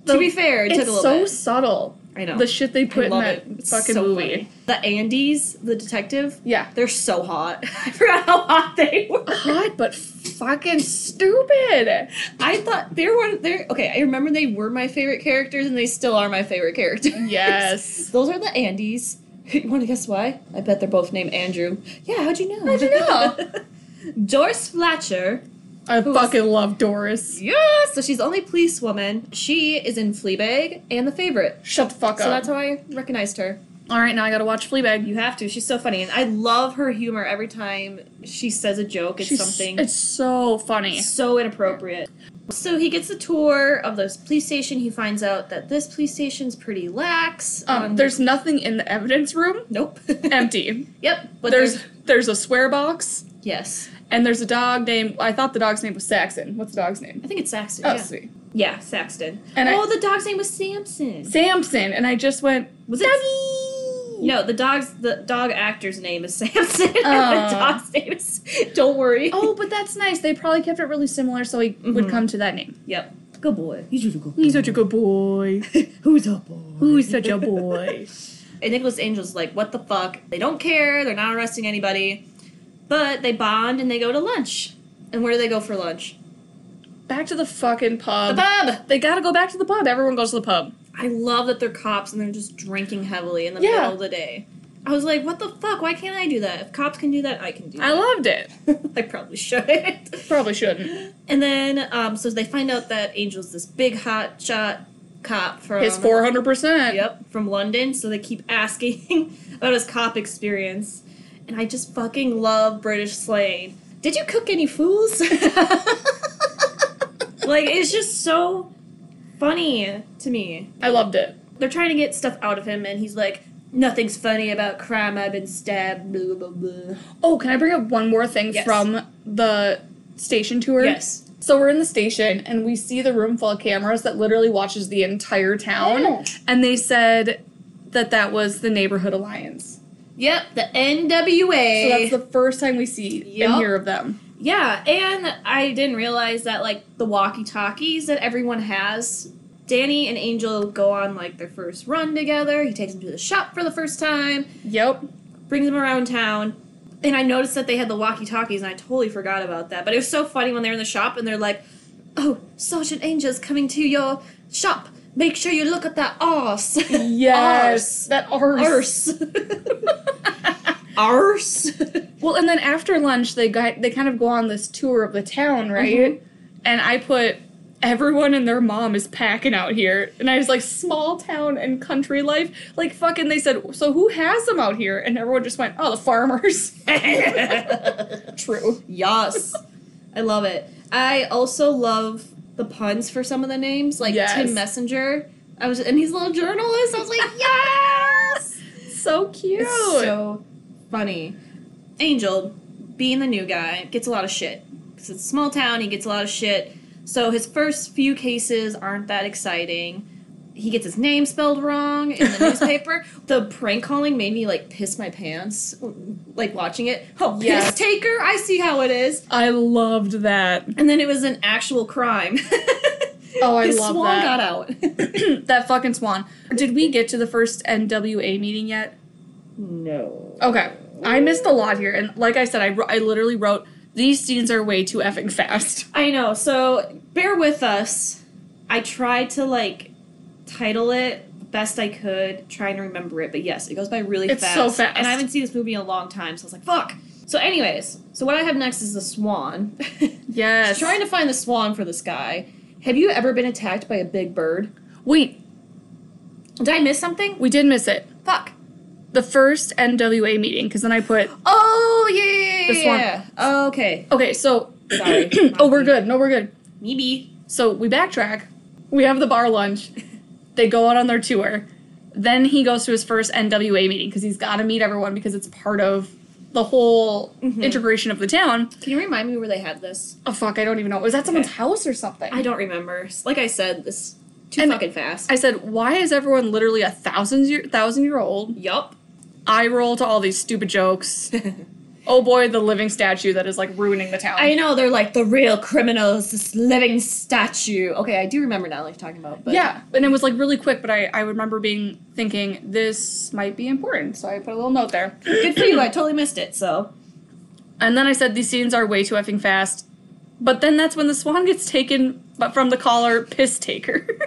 [SPEAKER 2] The-
[SPEAKER 1] to be fair, it took
[SPEAKER 2] It's
[SPEAKER 1] a
[SPEAKER 2] so
[SPEAKER 1] little bit.
[SPEAKER 2] subtle.
[SPEAKER 1] I know.
[SPEAKER 2] The shit they put
[SPEAKER 1] I
[SPEAKER 2] in
[SPEAKER 1] love
[SPEAKER 2] that
[SPEAKER 1] it. It's
[SPEAKER 2] fucking
[SPEAKER 1] so
[SPEAKER 2] movie.
[SPEAKER 1] funny. The Andes, the detective,
[SPEAKER 2] Yeah.
[SPEAKER 1] they're so hot. I forgot how hot they were.
[SPEAKER 2] Hot but fucking stupid.
[SPEAKER 1] I thought they're one. They're okay. I remember they were my favorite characters, and they still are my favorite characters.
[SPEAKER 2] Yes.
[SPEAKER 1] Those are the Andes. You want to guess why? I bet they're both named Andrew. Yeah, how'd you know?
[SPEAKER 2] How'd you know?
[SPEAKER 1] Doris Fletcher.
[SPEAKER 2] I
[SPEAKER 1] Who was-
[SPEAKER 2] fucking love Doris.
[SPEAKER 1] Yeah. So she's the only police woman. She is in Fleabag and The Favorite.
[SPEAKER 2] Shut the fuck
[SPEAKER 1] So
[SPEAKER 2] up.
[SPEAKER 1] that's how I recognized her.
[SPEAKER 2] All right, now I gotta watch Fleabag.
[SPEAKER 1] You have to. She's so funny, and I love her humor. Every time she says a joke, it's
[SPEAKER 2] She's-
[SPEAKER 1] something
[SPEAKER 2] It's so funny.
[SPEAKER 1] so inappropriate. So he gets a tour of this police station. He finds out that this police station's pretty lax.
[SPEAKER 2] Um, there's nothing in the evidence room.
[SPEAKER 1] nope.
[SPEAKER 2] Empty.
[SPEAKER 1] yep. But
[SPEAKER 2] there's, there's a swear box
[SPEAKER 1] yes.
[SPEAKER 2] and there's a dog named I thought the dog's name was Saxon. What's the dog's name?
[SPEAKER 1] I think it's Saxton.
[SPEAKER 2] Oh,
[SPEAKER 1] yeah.
[SPEAKER 2] sweet.
[SPEAKER 1] Yeah, Saxton.
[SPEAKER 2] And I-
[SPEAKER 1] oh, the dog's name was Samson.
[SPEAKER 2] Samson. And I just went,
[SPEAKER 1] Was it? No, the dog's the dog actor's name is Samson. and
[SPEAKER 2] Oh.
[SPEAKER 1] the dog's name is. Don't worry.
[SPEAKER 2] Oh, but that's nice. They probably kept it really similar so he would
[SPEAKER 1] Mhm.
[SPEAKER 2] come to that name.
[SPEAKER 1] Yep. Good boy. He's just a good.
[SPEAKER 2] He's such a good boy.
[SPEAKER 1] Who's a boy?
[SPEAKER 2] Who's such a boy?
[SPEAKER 1] And Nicholas Angel's like, what the fuck? They don't care. They're not arresting anybody. But they bond and they go to lunch. And where do they go for lunch?
[SPEAKER 2] Back to the fucking
[SPEAKER 1] The
[SPEAKER 2] pub.
[SPEAKER 1] pub.
[SPEAKER 2] They gotta go back to the pub. Everyone goes to the pub.
[SPEAKER 1] I love that they're cops and they're just drinking heavily in the
[SPEAKER 2] Yeah.
[SPEAKER 1] middle of the day. I was like, what the fuck? Why can't I do that? If cops can do that, I can do
[SPEAKER 2] I
[SPEAKER 1] that.
[SPEAKER 2] loved it.
[SPEAKER 1] I probably shouldn't.
[SPEAKER 2] Probably shouldn't.
[SPEAKER 1] And then, um, so they find out that Angel's this big hot shot cop from
[SPEAKER 2] His 400%.
[SPEAKER 1] Yep, from London. So they keep asking about his cop experience. And I just fucking love British slang. Did you cook any fools? like, it's just so funny to me.
[SPEAKER 2] I loved it.
[SPEAKER 1] They're trying to get stuff out of him, and he's like, nothing's funny about crime. I've been stabbed, blah, blah, blah.
[SPEAKER 2] Oh, can I bring up one more thing
[SPEAKER 1] Yes.
[SPEAKER 2] from the station tour?
[SPEAKER 1] Yes.
[SPEAKER 2] So we're in the station and we see the room full of cameras that literally watches the entire town.
[SPEAKER 1] Yeah.
[SPEAKER 2] And they said that that was the Neighborhood Alliance.
[SPEAKER 1] Yep, the NWA.
[SPEAKER 2] So that's the first time we see and
[SPEAKER 1] Yup.
[SPEAKER 2] hear of them.
[SPEAKER 1] Yeah, and I didn't realize that like the walkie-talkies that everyone has. Danny and Angel go on like their first run together. He takes him to the shop for the first time,
[SPEAKER 2] Yep.
[SPEAKER 1] brings him around town. And I noticed that they had the walkie-talkies and I totally forgot about that. But it was so funny when they're in the shop and they're like, "Oh, Sergeant Angel's coming to your shop. Make sure you look at that arse."
[SPEAKER 2] Yes. That arse.
[SPEAKER 1] Arse. arse.
[SPEAKER 2] Well, and then Mm-hmm. after lunch they got they kind of go on this tour of the town, right? And I put everyone and their mom is packing out here. And I was like, small town and country life. Like, fucking, they said, so who has them out here? And everyone just went, oh, the farmers. True.
[SPEAKER 1] Yes. I love it. I also love the puns for some of the names, like
[SPEAKER 2] Yes.
[SPEAKER 1] Tim Messenger. I was and he's a little journalist. I was like, yes.
[SPEAKER 2] So cute.
[SPEAKER 1] It's so funny. Angel, being the new guy, gets a lot of shit. Because it's a small town, he gets a lot of shit. So his first few cases aren't that exciting. He gets his name spelled wrong in the newspaper. The prank calling made me like piss my pants, like watching it. Oh,
[SPEAKER 2] Yes.
[SPEAKER 1] piss taker! I see how it is.
[SPEAKER 2] I loved that.
[SPEAKER 1] And then it was an actual crime.
[SPEAKER 2] Oh, I
[SPEAKER 1] his
[SPEAKER 2] love
[SPEAKER 1] swan
[SPEAKER 2] that.
[SPEAKER 1] got out.
[SPEAKER 2] that fucking swan. Did we get to the first NWA meeting yet?
[SPEAKER 1] no.
[SPEAKER 2] Okay. I missed a lot here. And like I said, I, wr- I literally wrote, these scenes are way too effing fast.
[SPEAKER 1] I know. So bear with us. I tried to like title it best I could, trying to remember it, but yes, it goes by really
[SPEAKER 2] It's
[SPEAKER 1] fast.
[SPEAKER 2] so fast.
[SPEAKER 1] And I haven't seen this movie in a long time, so I was like, fuck. So, anyways, so what I have next is the swan.
[SPEAKER 2] Yes.
[SPEAKER 1] Trying to find the swan for this guy. Have you ever been attacked by a big bird?
[SPEAKER 2] Wait,
[SPEAKER 1] Did I miss something?
[SPEAKER 2] we did miss it.
[SPEAKER 1] Fuck.
[SPEAKER 2] The first NWA meeting, because then I put,
[SPEAKER 1] Oh yeah.
[SPEAKER 2] The swan.
[SPEAKER 1] Oh, okay.
[SPEAKER 2] okay, so,
[SPEAKER 1] Sorry.
[SPEAKER 2] oh, we're good. No, we're good.
[SPEAKER 1] Maybe.
[SPEAKER 2] So we backtrack. We have the bar lunch. They go out on their tour. Then he goes to his first NWA meeting because he's got to meet everyone because it's part of the whole integration of the town.
[SPEAKER 1] Can you remind me where they had this?
[SPEAKER 2] Oh fuck, I don't even know. Was that someone's house or something?
[SPEAKER 1] I don't remember. Like I said, this too
[SPEAKER 2] And-
[SPEAKER 1] fucking fast.
[SPEAKER 2] I said, why is everyone literally a thousand year thousand year old?
[SPEAKER 1] yup.
[SPEAKER 2] I roll to all these stupid jokes. oh boy, the living statue that is like ruining the town.
[SPEAKER 1] I know they're like the real criminals, this living statue. Okay, I do remember now, like you're talking about. But
[SPEAKER 2] yeah, and it was like really quick, but I, I remember being thinking this might be important, so I put a little note there.
[SPEAKER 1] good for you. I totally missed it. So
[SPEAKER 2] And then I said these scenes are way too effing fast. But then that's when the swan gets taken but from the collar piss taker.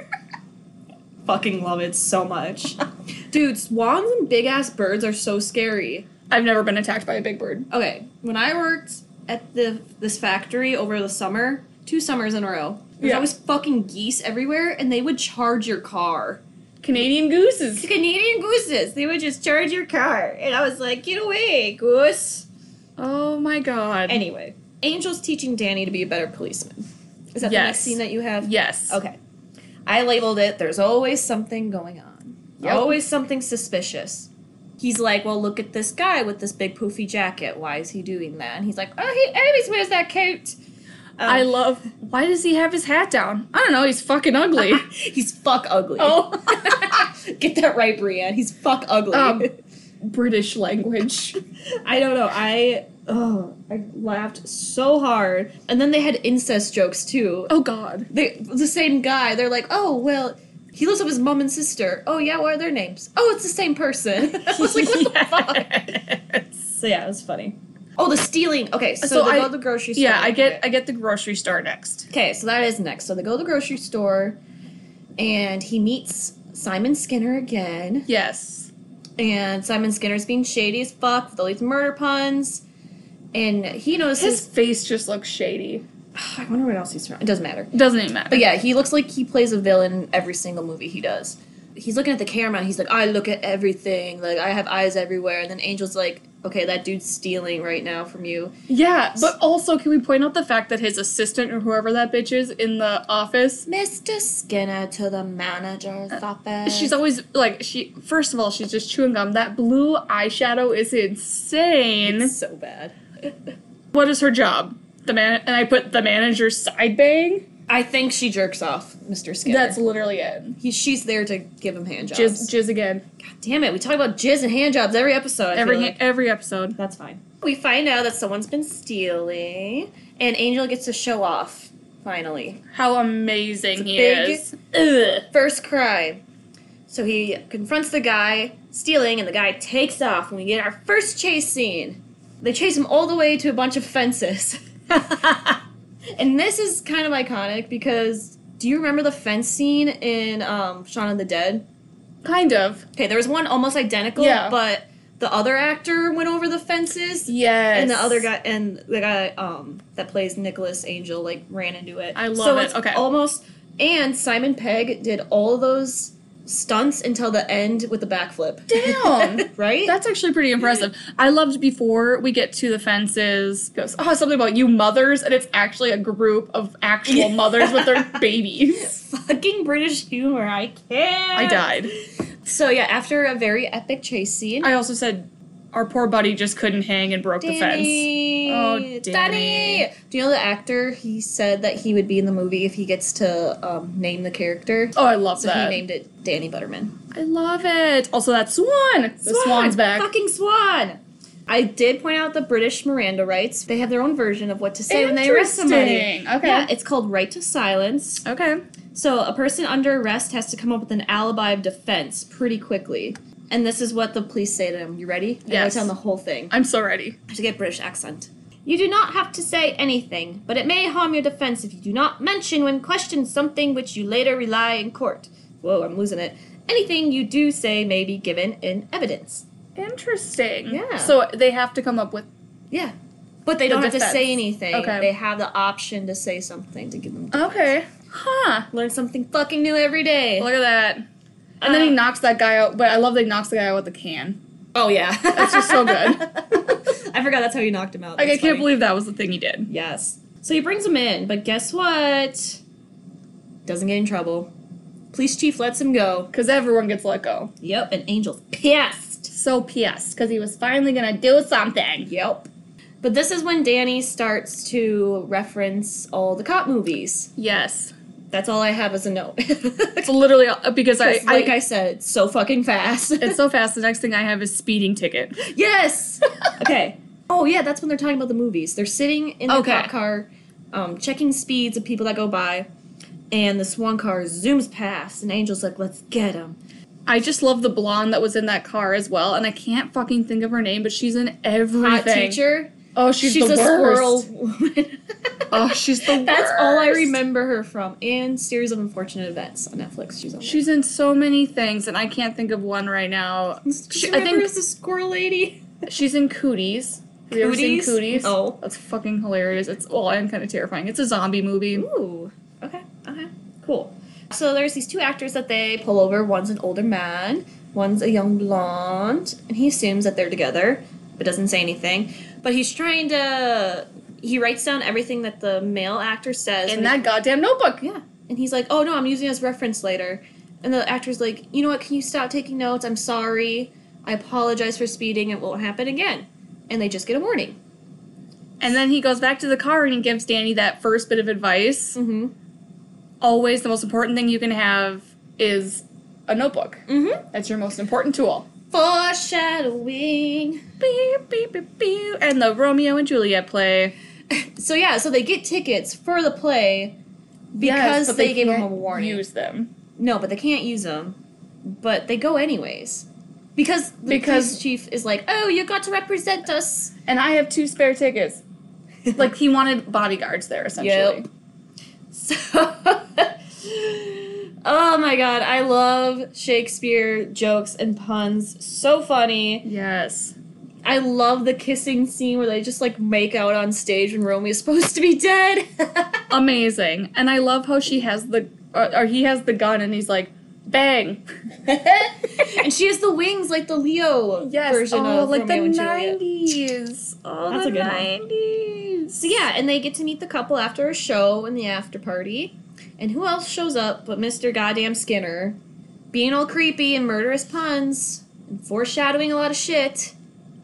[SPEAKER 1] fucking love it so much, dude. Swans and big ass birds are so scary.
[SPEAKER 2] I've never been attacked by a big bird.
[SPEAKER 1] Okay, when I worked at the this factory over the summer, two summers in a row, there's
[SPEAKER 2] Yeah.
[SPEAKER 1] always fucking geese everywhere, and they would charge your car.
[SPEAKER 2] Canadian gooses.
[SPEAKER 1] Canadian gooses, they would just charge your car, and I was like, get away, goose.
[SPEAKER 2] Oh my god.
[SPEAKER 1] Anyway, Angel's teaching Danny to be a better policeman. Is that the next
[SPEAKER 2] Yes.
[SPEAKER 1] scene that you have?
[SPEAKER 2] yes.
[SPEAKER 1] Okay. I labeled it there's always something going on.
[SPEAKER 2] Yep.
[SPEAKER 1] Always something suspicious. He's like, Well, look at this guy with this big poofy jacket. Why is he doing that? And he's like, Oh, he always wears that coat. Um,
[SPEAKER 2] I love why does he have his hat down? I don't know, he's fucking ugly.
[SPEAKER 1] he's fuck ugly.
[SPEAKER 2] oh
[SPEAKER 1] Get that right, Brienne. He's fuck ugly.
[SPEAKER 2] Um, British language.
[SPEAKER 1] I don't know. I oh, I laughed so hard. And then they had incest jokes too.
[SPEAKER 2] Oh god.
[SPEAKER 1] they the same guy. They're like, oh well, he lives with his mom and sister. Oh yeah, what are their names? Oh, it's the same person. I was like, what the fuck? So yeah, it was funny. Oh, the stealing. Okay, so,
[SPEAKER 2] So
[SPEAKER 1] they
[SPEAKER 2] I-
[SPEAKER 1] go to the grocery store.
[SPEAKER 2] Yeah, I get I get the grocery store next.
[SPEAKER 1] Okay, so that is next. So they go to the grocery store, and he meets Simon Skinner again.
[SPEAKER 2] Yes.
[SPEAKER 1] And Simon Skinner's being shady as fuck with all these murder puns. And he notices.
[SPEAKER 2] His face just looks shady.
[SPEAKER 1] I wonder what else he's from. It doesn't matter.
[SPEAKER 2] Doesn't even matter.
[SPEAKER 1] But yeah, he looks like he plays a villain in every single movie he does. He's looking at the camera and he's like, I look at everything. Like, I have eyes everywhere. And then Angel's like, okay, that dude's stealing right now from you.
[SPEAKER 2] Yeah, but also can we point out the fact that his assistant or whoever that bitch is in the office,
[SPEAKER 1] Mr. Skinner to the manager's office.
[SPEAKER 2] she's always like she first of all, she's just chewing gum. That blue eyeshadow is insane.
[SPEAKER 1] so bad.
[SPEAKER 2] What is her job? The man and I put the manager's side bang.
[SPEAKER 1] I think she jerks off Mr. Skinner.
[SPEAKER 2] That's literally it.
[SPEAKER 1] he, she's there to give him hand jobs.
[SPEAKER 2] Jizz jizz again.
[SPEAKER 1] God damn it, we talk about jizz and hand jobs every episode. I feel
[SPEAKER 2] Every
[SPEAKER 1] like.
[SPEAKER 2] every episode.
[SPEAKER 1] That's fine. We find out that someone's been stealing, and Angel gets to show off finally.
[SPEAKER 2] How amazing he
[SPEAKER 1] big-
[SPEAKER 2] is. Ugh.
[SPEAKER 1] First crime. So he confronts the guy stealing, and the guy takes off, and we get our first chase scene. They chase him all the way to a bunch of fences. and this is kind of iconic because do you remember the fence scene in um, Shaun of the Dead?
[SPEAKER 2] Kind of.
[SPEAKER 1] Okay, there was one almost identical,
[SPEAKER 2] Yeah.
[SPEAKER 1] but the other actor went over the fences.
[SPEAKER 2] Yes.
[SPEAKER 1] And the other guy, and the guy um, that plays Nicholas Angel, like ran into it.
[SPEAKER 2] I love
[SPEAKER 1] so
[SPEAKER 2] it.
[SPEAKER 1] It's
[SPEAKER 2] Okay.
[SPEAKER 1] almost. And Simon Pegg did all those stunts until the end with the backflip.
[SPEAKER 2] Damn.
[SPEAKER 1] right?
[SPEAKER 2] That's actually pretty impressive. I loved before we get to the fences goes, oh, something about you mothers, and it's actually a group of actual mothers with their babies.
[SPEAKER 1] fucking British humor. I can't.
[SPEAKER 2] I died.
[SPEAKER 1] So yeah, after a very epic chase scene,
[SPEAKER 2] I also said our poor buddy just couldn't hang and broke the fence.
[SPEAKER 1] Danny.
[SPEAKER 2] Oh,
[SPEAKER 1] Danny.
[SPEAKER 2] Danny.
[SPEAKER 1] Do you know the actor? He said that he would be in the movie if he gets to um, name the character.
[SPEAKER 2] Oh, I love
[SPEAKER 1] So
[SPEAKER 2] that.
[SPEAKER 1] he named it Danny Butterman.
[SPEAKER 2] I love it. Also, that swan. The swan's back.
[SPEAKER 1] Fucking swan. I did point out the British Miranda rights. They have their own version of what to say when they arrest somebody.
[SPEAKER 2] Interesting. Okay.
[SPEAKER 1] Yeah, it's called right to silence.
[SPEAKER 2] Okay.
[SPEAKER 1] So a person under arrest has to come up with an alibi of defense pretty quickly. And this is what the police say to him. You ready? I wrote
[SPEAKER 2] Yes.
[SPEAKER 1] down the whole thing.
[SPEAKER 2] I'm so ready.
[SPEAKER 1] to get British accent. You do not have to say anything, but it may harm your defense if you do not mention when questioned something which you later rely in court. Whoa, I'm losing it. Anything you do say may be given in evidence.
[SPEAKER 2] Interesting.
[SPEAKER 1] Yeah.
[SPEAKER 2] So they have to come up with.
[SPEAKER 1] Yeah. But they
[SPEAKER 2] The
[SPEAKER 1] don't have
[SPEAKER 2] defense.
[SPEAKER 1] to say anything.
[SPEAKER 2] Okay.
[SPEAKER 1] They have the option to say something to give them.
[SPEAKER 2] Okay. Huh.
[SPEAKER 1] Learn something fucking new every day.
[SPEAKER 2] Look at that. And
[SPEAKER 1] Uh.
[SPEAKER 2] then he knocks that guy out, but I love that he knocks the guy out with the can.
[SPEAKER 1] Oh yeah,
[SPEAKER 2] That's just so good.
[SPEAKER 1] I forgot that's how you knocked him out.
[SPEAKER 2] Like, I
[SPEAKER 1] That's
[SPEAKER 2] can't
[SPEAKER 1] funny.
[SPEAKER 2] believe that was the thing he did.
[SPEAKER 1] Yes. So he brings him in, but guess what? Doesn't get in trouble. Police chief lets him go.
[SPEAKER 2] Because everyone gets let go.
[SPEAKER 1] Yep, and Angel's pissed.
[SPEAKER 2] So pissed, because he was finally going to do something.
[SPEAKER 1] Yep. But this is when Danny starts to reference all the cop movies.
[SPEAKER 2] Yes.
[SPEAKER 1] That's all I have as a note.
[SPEAKER 2] It's literally uh, because I,
[SPEAKER 1] like
[SPEAKER 2] I.
[SPEAKER 1] I said, so fucking fast.
[SPEAKER 2] It's so fast. The next thing I have is speeding ticket.
[SPEAKER 1] yes. okay. Oh yeah, that's when they're talking about the movies. They're sitting in the
[SPEAKER 2] Okay.
[SPEAKER 1] cop car, um, checking speeds of people that go by, and this one car zooms past, and Angel's like, "Let's get him."
[SPEAKER 2] I just love the blonde that was in that car as well, and I can't fucking think of her name, but she's in everything.
[SPEAKER 1] Hot teacher.
[SPEAKER 2] Oh, she's,
[SPEAKER 1] She's
[SPEAKER 2] the
[SPEAKER 1] a
[SPEAKER 2] worst.
[SPEAKER 1] squirrel woman.
[SPEAKER 2] Oh, she's the worst.
[SPEAKER 1] That's all I remember her from. And series of unfortunate events on Netflix. She's on. there.
[SPEAKER 2] She's in so many things, and I can't think of one right now. She- I think
[SPEAKER 1] it's the squirrel lady.
[SPEAKER 2] she's in Cooties. Have you ever seen
[SPEAKER 1] Cooties? Oh.
[SPEAKER 2] Cooties?
[SPEAKER 1] No.
[SPEAKER 2] that's fucking hilarious. It's well, and kind of terrifying. It's a zombie movie.
[SPEAKER 1] Ooh. Okay. Okay. Cool. So there's these two actors that they pull over. One's an older man. One's a young blonde, and he assumes that they're together, but doesn't say anything. But he's trying to. He writes down everything that the male actor says.
[SPEAKER 2] In
[SPEAKER 1] and
[SPEAKER 2] that goddamn notebook.
[SPEAKER 1] Yeah. And he's like, oh no, I'm using it as reference later. And the actor's like, you know what, can you stop taking notes? I'm sorry. I apologize for speeding. It won't happen again. And they just get a warning.
[SPEAKER 2] And then he goes back to the car and he gives Danny that first bit of advice.
[SPEAKER 1] Mm-hmm.
[SPEAKER 2] Always the most important thing you can have is a notebook.
[SPEAKER 1] Mm-hmm.
[SPEAKER 2] That's your most important tool.
[SPEAKER 1] Foreshadowing.
[SPEAKER 2] Beep, beep, beep, beep. And the Romeo and Juliet play.
[SPEAKER 1] So yeah, so they get tickets for the play because
[SPEAKER 2] Yes, but
[SPEAKER 1] they, gave
[SPEAKER 2] can't
[SPEAKER 1] him a warning.
[SPEAKER 2] Use them.
[SPEAKER 1] No, but they can't use them. But they go anyways. Because the
[SPEAKER 2] Because-
[SPEAKER 1] police chief is like, oh, you got to represent us.
[SPEAKER 2] And I have two spare tickets. like he wanted bodyguards there essentially.
[SPEAKER 1] Yep. So, oh my god, I love Shakespeare jokes and puns. So funny.
[SPEAKER 2] Yes.
[SPEAKER 1] I love the kissing scene where they just like make out on stage when Romeo's supposed to be dead.
[SPEAKER 2] Amazing. And I love how she has the or, or he has the gun and he's like bang.
[SPEAKER 1] and she has the wings like the Leo version
[SPEAKER 2] oh,
[SPEAKER 1] of
[SPEAKER 2] like
[SPEAKER 1] Romeo and
[SPEAKER 2] the
[SPEAKER 1] Juliet.
[SPEAKER 2] 90s. Oh,
[SPEAKER 1] That's
[SPEAKER 2] the
[SPEAKER 1] a good one.
[SPEAKER 2] 90s.
[SPEAKER 1] So yeah, and they get to meet the couple after a show in the after party. And who else shows up but Mr. Goddamn Skinner, being all creepy and murderous puns and foreshadowing a lot of shit,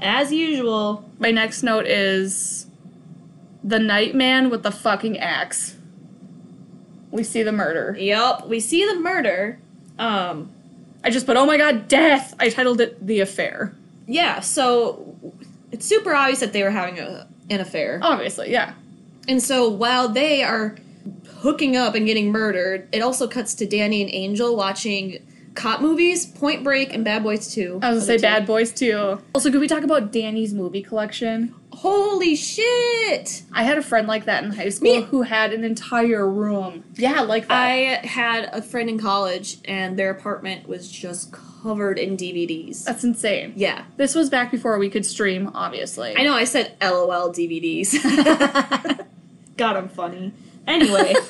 [SPEAKER 1] as usual.
[SPEAKER 2] My next note is the nightman with the fucking axe. We see the murder.
[SPEAKER 1] Yup, we see the murder. Um,
[SPEAKER 2] I just put, oh my god, death. I titled it The Affair.
[SPEAKER 1] yeah, so it's super obvious that they were having a, an affair.
[SPEAKER 2] Obviously, yeah.
[SPEAKER 1] And so while they are hooking up and getting murdered, it also cuts to Danny and Angel watching cop movies, Point Break, and Bad Boys 2.
[SPEAKER 2] I was
[SPEAKER 1] Other
[SPEAKER 2] gonna say
[SPEAKER 1] two.
[SPEAKER 2] Bad Boys too. Also, could we talk about Danny's movie collection?
[SPEAKER 1] Holy shit!
[SPEAKER 2] I had a friend like that in high school
[SPEAKER 1] Me-
[SPEAKER 2] who had an entire room. Yeah, like that.
[SPEAKER 1] I had a friend in college, and their apartment was just covered in DVDs.
[SPEAKER 2] That's insane.
[SPEAKER 1] Yeah.
[SPEAKER 2] This was back before we could stream, obviously.
[SPEAKER 1] I know I said LOL DVDs. God, I'm funny. Anyway,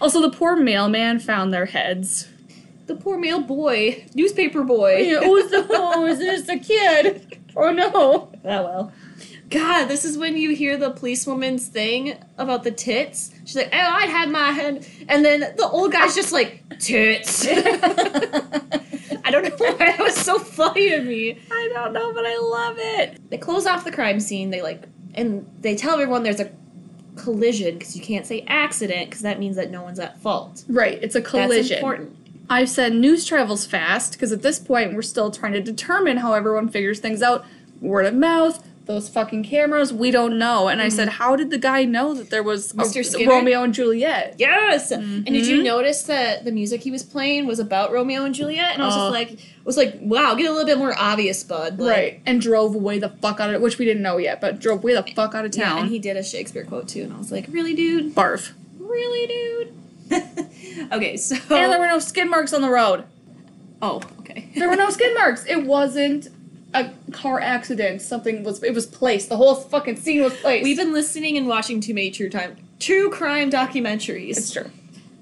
[SPEAKER 2] Also, the poor mailman found their heads.
[SPEAKER 1] the poor male boy, newspaper boy.
[SPEAKER 2] oh, is this a kid? Oh no!
[SPEAKER 1] Oh well. God, this is when you hear the policewoman's thing about the tits. She's like, "Oh, I'd have my hand," and then the old guy's just like, "Tits." I don't know why that was so funny to me.
[SPEAKER 2] I don't know, but I love it.
[SPEAKER 1] They close off the crime scene. They like, and they tell everyone there's a collision because you can't say accident because that means that no one's at fault.
[SPEAKER 2] Right, it's a
[SPEAKER 1] That's
[SPEAKER 2] collision.
[SPEAKER 1] important.
[SPEAKER 2] I've said news travels fast because at this point we're still trying to determine how everyone figures things out. Word of mouth, those fucking cameras, we don't know. And I said, how did the guy know that there was a
[SPEAKER 1] Mr. Mm-hmm. Skinner?
[SPEAKER 2] Romeo and Juliet?
[SPEAKER 1] Yes. And did you
[SPEAKER 2] Mhm.
[SPEAKER 1] notice that the music he was playing was about Romeo and Juliet? And I was
[SPEAKER 2] Oh.
[SPEAKER 1] just like, was like, wow, get a little bit more obvious, bud. Like,
[SPEAKER 2] Right, and drove away the fuck out of which we didn't know yet, but drove away the fuck out of
[SPEAKER 1] Yeah,
[SPEAKER 2] town.
[SPEAKER 1] and he did a Shakespeare quote too, and I was like, really, dude?
[SPEAKER 2] Barf.
[SPEAKER 1] Really, dude? okay, so.
[SPEAKER 2] And there were no skin marks on the road.
[SPEAKER 1] oh, okay.
[SPEAKER 2] There were no skin marks. It wasn't a car accident. Something was. It was placed. The whole fucking scene was placed.
[SPEAKER 1] We've been listening and watching too many true time, true crime documentaries.
[SPEAKER 2] It's true.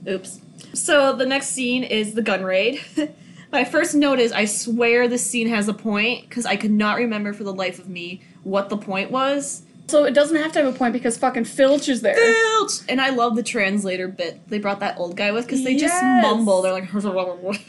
[SPEAKER 1] Oops. So the next scene is the gun raid. My first note is I swear this scene has a point because I could not remember for the life of me what the point was.
[SPEAKER 2] So it doesn't have to have a point because fucking Filch is there.
[SPEAKER 1] Filch! And I love the translator bit. They brought that old guy with because they just
[SPEAKER 2] Yes.
[SPEAKER 1] mumble. They're like,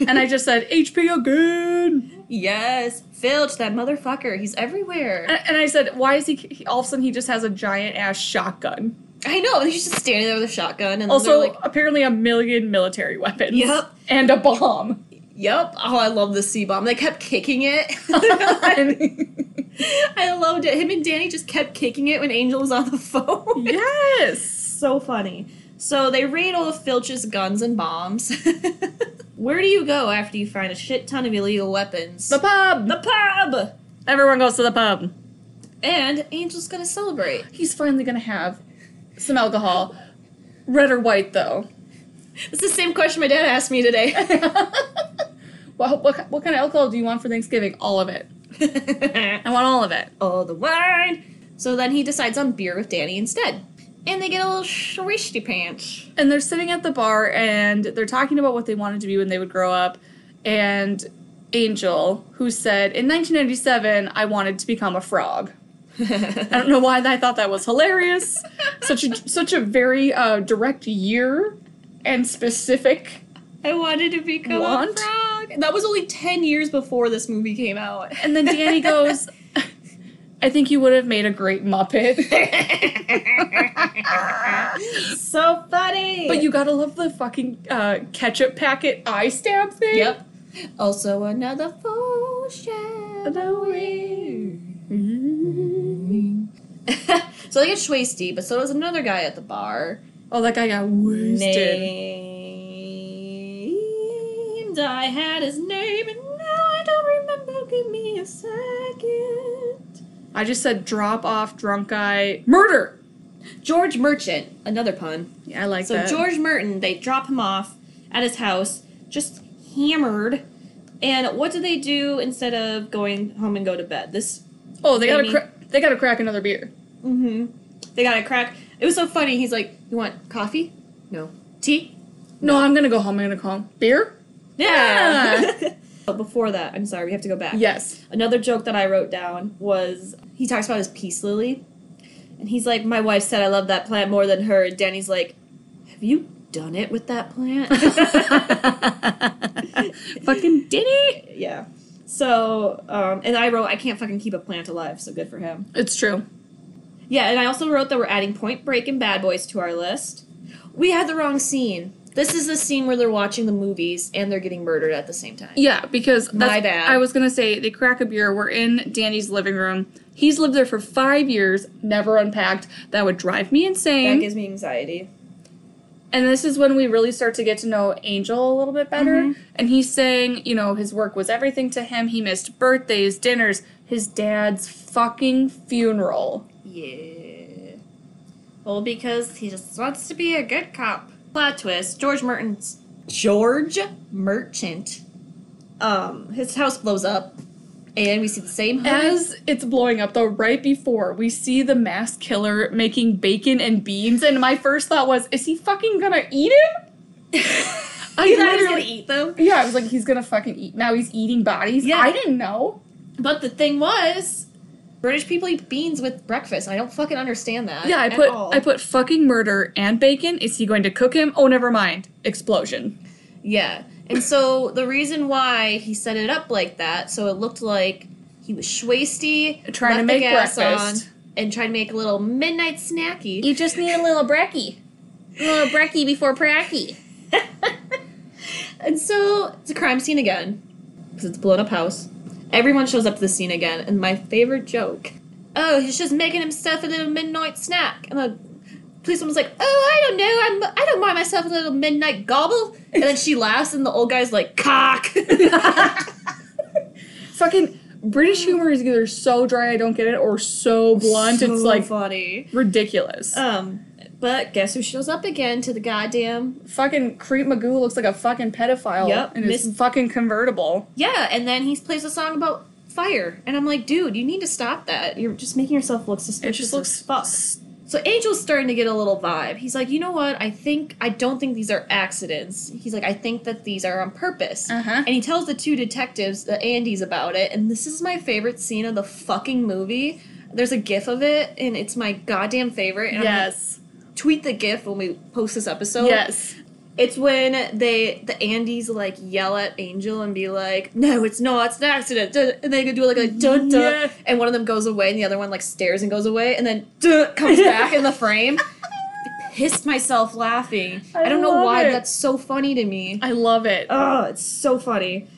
[SPEAKER 2] and I just said HP again.
[SPEAKER 1] yes, Filch, that motherfucker. He's everywhere.
[SPEAKER 2] And, and I said, why is he, he? All of a sudden, he just has a giant ass shotgun.
[SPEAKER 1] I know. He's just standing there with a shotgun, and
[SPEAKER 2] Also,
[SPEAKER 1] also, like,
[SPEAKER 2] apparently, a million military weapons.
[SPEAKER 1] Yep.
[SPEAKER 2] And a bomb.
[SPEAKER 1] "Yep, oh, I love the C bomb." They kept kicking it. I loved it. Him and Danny just kept kicking it when Angel was on the phone.
[SPEAKER 2] yes.
[SPEAKER 1] so funny. So they raid all of Filch's guns and bombs. Where do you go after you find a shit ton of illegal weapons?
[SPEAKER 2] The pub.
[SPEAKER 1] the pub.
[SPEAKER 2] Everyone goes to the pub.
[SPEAKER 1] And Angel's gonna celebrate.
[SPEAKER 2] He's finally gonna have some alcohol. Red or white, though.
[SPEAKER 1] It's the same question my dad asked me today.
[SPEAKER 2] what, what, what kind of alcohol do you want for Thanksgiving? All of it. I want all of it.
[SPEAKER 1] all the wine. So then he decides on beer with Danny instead. And they get a little shwisty pants.
[SPEAKER 2] And they're sitting at the bar and they're talking about what they wanted to be when they would grow up. And Angel, who said, In 1997, I wanted to become a frog. I don't know why I thought that was hilarious. such a such a very uh, direct year and specific.
[SPEAKER 1] I wanted to become a
[SPEAKER 2] Want?
[SPEAKER 1] frog. That was only 10 years before this movie came out.
[SPEAKER 2] And then Danny goes, "I think you would have made a great Muppet,
[SPEAKER 1] so funny.
[SPEAKER 2] but you gotta love the fucking uh, ketchup packet eye stab thing."
[SPEAKER 1] Yep. Also another foreshadowing. Mm-hmm. so they get shwasty, but so does another guy at the bar.
[SPEAKER 2] Oh, that guy got wasted.
[SPEAKER 1] Named. I had his name and now I don't remember. Give me a second.
[SPEAKER 2] I just said drop off drunk guy murder.
[SPEAKER 1] George Merchant. Another pun.
[SPEAKER 2] Yeah, I like
[SPEAKER 1] So
[SPEAKER 2] that.
[SPEAKER 1] George Merton, they drop him off at his house, just hammered. And what do they do instead of going home and go to bed? This,
[SPEAKER 2] oh, they gotta
[SPEAKER 1] Amy.
[SPEAKER 2] cra- they gotta crack another beer.
[SPEAKER 1] mm-hmm. They got a crack. It was so funny. He's like, "You want coffee? No. Tea?
[SPEAKER 2] No, I'm gonna go home. I'm gonna call him beer.
[SPEAKER 1] Yeah." but before that, I'm sorry, we have to go back.
[SPEAKER 2] Yes.
[SPEAKER 1] Another joke that I wrote down was he talks about his peace lily, and he's like, "My wife said I love that plant more than her." And Danny's like, "Have you done it with that plant?"
[SPEAKER 2] fucking Diddy.
[SPEAKER 1] yeah. So, um, and I wrote, "I can't fucking keep a plant alive." So good for him.
[SPEAKER 2] It's true.
[SPEAKER 1] Yeah, and I also wrote that we're adding Point Break and Bad Boys to our list. We had the wrong scene. This is the scene where they're watching the movies and they're getting murdered at the same time.
[SPEAKER 2] Yeah, because that's,
[SPEAKER 1] My bad.
[SPEAKER 2] I was gonna say they crack a beer. We're in Danny's living room. He's lived there for five years, never unpacked. That would drive me insane.
[SPEAKER 1] That gives me anxiety.
[SPEAKER 2] and this is when we really start to get to know Angel a little bit better.
[SPEAKER 1] Mhm.
[SPEAKER 2] And he's saying, you know, his work was everything to him. He missed birthdays, dinners, his dad's fucking funeral.
[SPEAKER 1] Yeah. Well, because he just wants to be a good cop. Plot twist: George Merton's George Merchant. Um, his house blows up, and we see the
[SPEAKER 2] Mm-hmm.
[SPEAKER 1] same house.
[SPEAKER 2] As it's blowing up, though, right before we see the mass killer making bacon and beans, and my first thought was, is he fucking gonna eat him? I
[SPEAKER 1] He's not
[SPEAKER 2] literally-
[SPEAKER 1] gonna eat them.
[SPEAKER 2] Yeah, I was like, he's gonna fucking eat. Now he's eating bodies.
[SPEAKER 1] Yeah.
[SPEAKER 2] I didn't know.
[SPEAKER 1] But the thing was, British people eat beans with breakfast. I don't fucking understand that.
[SPEAKER 2] Yeah, I
[SPEAKER 1] at
[SPEAKER 2] put
[SPEAKER 1] all.
[SPEAKER 2] I put fucking murder and bacon. Is he going to cook him? Oh, never mind. Explosion.
[SPEAKER 1] Yeah. And so the reason why he set it up like that, so it looked like he was schwasty, left
[SPEAKER 2] Trying to
[SPEAKER 1] the
[SPEAKER 2] make
[SPEAKER 1] gas
[SPEAKER 2] breakfast.
[SPEAKER 1] on, and tried to make a little midnight snacky.
[SPEAKER 3] You just need a little brekkie. A little brekkie before pracky.
[SPEAKER 1] And so it's a crime scene again because it's a blown up house. Everyone shows up to the scene again, and my favorite joke. Oh, he's just making himself a little midnight snack, and the police woman's like, "Oh, I don't know, I'm I don't mind myself a little midnight gobble." And then she laughs, and the old guy's like, "Cock."
[SPEAKER 2] Fucking British humor is either so dry I don't get it or so blunt it's
[SPEAKER 1] So
[SPEAKER 2] like
[SPEAKER 1] funny.
[SPEAKER 2] ridiculous.
[SPEAKER 1] Um, but guess who shows up again to the goddamn?
[SPEAKER 2] fucking Creep Magoo looks like a fucking pedophile
[SPEAKER 1] Yep,
[SPEAKER 2] in his
[SPEAKER 1] Miss-
[SPEAKER 2] fucking convertible.
[SPEAKER 1] Yeah, and then he plays a song about fire, and I'm like, dude, you need to stop that. You're just making yourself look
[SPEAKER 2] It
[SPEAKER 1] suspicious.
[SPEAKER 2] just looks
[SPEAKER 1] as fuck. So Angel's starting to get a little vibe. He's like, you know what? I think I don't think these are accidents. He's like, I think that these are on purpose.
[SPEAKER 2] Uh-huh.
[SPEAKER 1] And he tells the two detectives, the Andes, about it. And this is my favorite scene of the fucking movie. There's a gif of it, and it's my goddamn favorite. And I'm gonna
[SPEAKER 2] Yes.
[SPEAKER 1] tweet the gif when we post this episode.
[SPEAKER 2] yes.
[SPEAKER 1] It's when they the Andes like yell at Angel and be like, "No, it's not. It's an accident." Duh, And they do like a dun dun,
[SPEAKER 2] Yeah.
[SPEAKER 1] and one of them goes away, and the other one like stares and goes away, and then duh, comes back in the frame. Pissed myself laughing. I,
[SPEAKER 2] I
[SPEAKER 1] don't know
[SPEAKER 2] love
[SPEAKER 1] why
[SPEAKER 2] it.
[SPEAKER 1] that's so funny to me.
[SPEAKER 2] I love it.
[SPEAKER 1] Oh, it's so funny.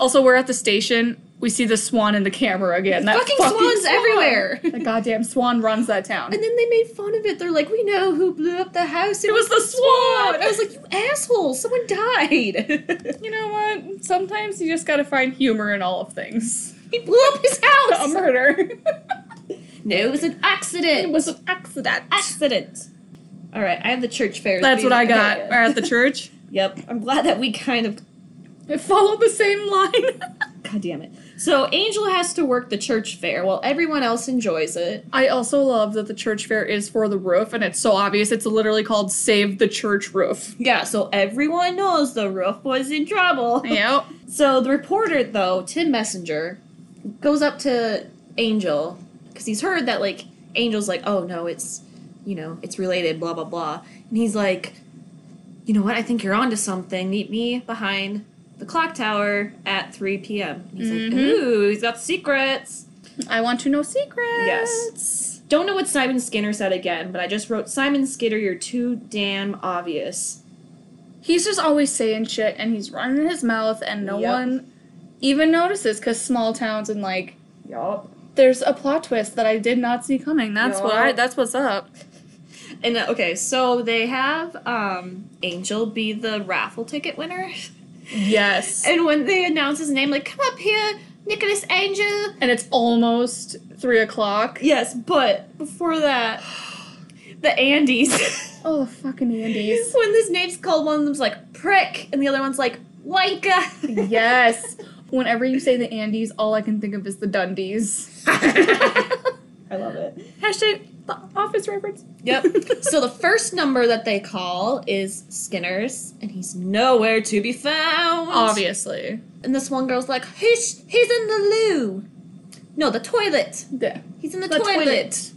[SPEAKER 2] Also, we're at the station. We see the swan in the camera again. That
[SPEAKER 1] Fucking swans
[SPEAKER 2] swan.
[SPEAKER 1] everywhere.
[SPEAKER 2] The goddamn swan runs that town.
[SPEAKER 1] And then they made fun of it. They're like, "We know who blew up the house. It,
[SPEAKER 2] It was the
[SPEAKER 1] God." I
[SPEAKER 2] swan.
[SPEAKER 1] was like, "You asshole! Someone died.
[SPEAKER 2] You know what? Sometimes you just gotta find humor in all of things.
[SPEAKER 1] he blew up his
[SPEAKER 2] A
[SPEAKER 1] house.
[SPEAKER 2] murder.
[SPEAKER 1] No, it was an accident.
[SPEAKER 2] it was an accident.
[SPEAKER 1] accident. All right, I have the church fair.
[SPEAKER 2] That's what I got.
[SPEAKER 1] Okay.
[SPEAKER 2] We're at the church.
[SPEAKER 1] Yep, I'm glad that we kind of.
[SPEAKER 2] It followed the same line.
[SPEAKER 1] God damn it. So Angel has to work the church fair while everyone else enjoys it.
[SPEAKER 2] I also love that the church fair is for the roof, and it's so obvious. It's literally called Save the Church Roof.
[SPEAKER 1] Yeah, so everyone knows the roof was in trouble.
[SPEAKER 2] Yep.
[SPEAKER 1] So the reporter, though, Tim Messenger, goes up to Angel because he's heard that, like, Angel's like, oh no, it's, you know, it's related, blah, blah, blah. And he's like, you know what, I think you're onto something. Meet me behind the clock tower at 3 p.m. And he's
[SPEAKER 2] Mhm.
[SPEAKER 1] like, ooh, he's got secrets.
[SPEAKER 2] I want to know secrets.
[SPEAKER 1] Yes. Don't know what Simon Skinner said again, but I just wrote, Simon Skinner, you're too damn obvious.
[SPEAKER 2] He's just always saying shit and he's running his mouth and no
[SPEAKER 1] Yep.
[SPEAKER 2] one even notices cuz small towns and like
[SPEAKER 1] Yup.
[SPEAKER 2] there's a plot twist that I did not see coming. That's what I
[SPEAKER 1] Yup.
[SPEAKER 2] that's what's up.
[SPEAKER 1] And uh, okay, so they have um, Angel be the raffle ticket winner.
[SPEAKER 2] Yes. and,
[SPEAKER 1] And when they announce his name, like, come up here, Nicholas Angel.
[SPEAKER 2] it's almost 3 o'clock.
[SPEAKER 1] Yes, but before that, the Andes.
[SPEAKER 2] Oh, the fucking Andes.
[SPEAKER 1] when this name's called, one of them's like, prick, and the other one's like, wanka.
[SPEAKER 2] yes. Whenever you say the Andes, all I can think of is the Dundies.
[SPEAKER 1] I love it.
[SPEAKER 2] Hashtag the office reference.
[SPEAKER 1] Yep. so the first number that they call is Skinner's, and he's nowhere to be found.
[SPEAKER 2] Obviously.
[SPEAKER 1] And this one girl's like, he's, he's in the loo. No, the toilet.
[SPEAKER 2] Yeah.
[SPEAKER 1] He's in the,
[SPEAKER 2] The
[SPEAKER 1] toilet.
[SPEAKER 2] toilet.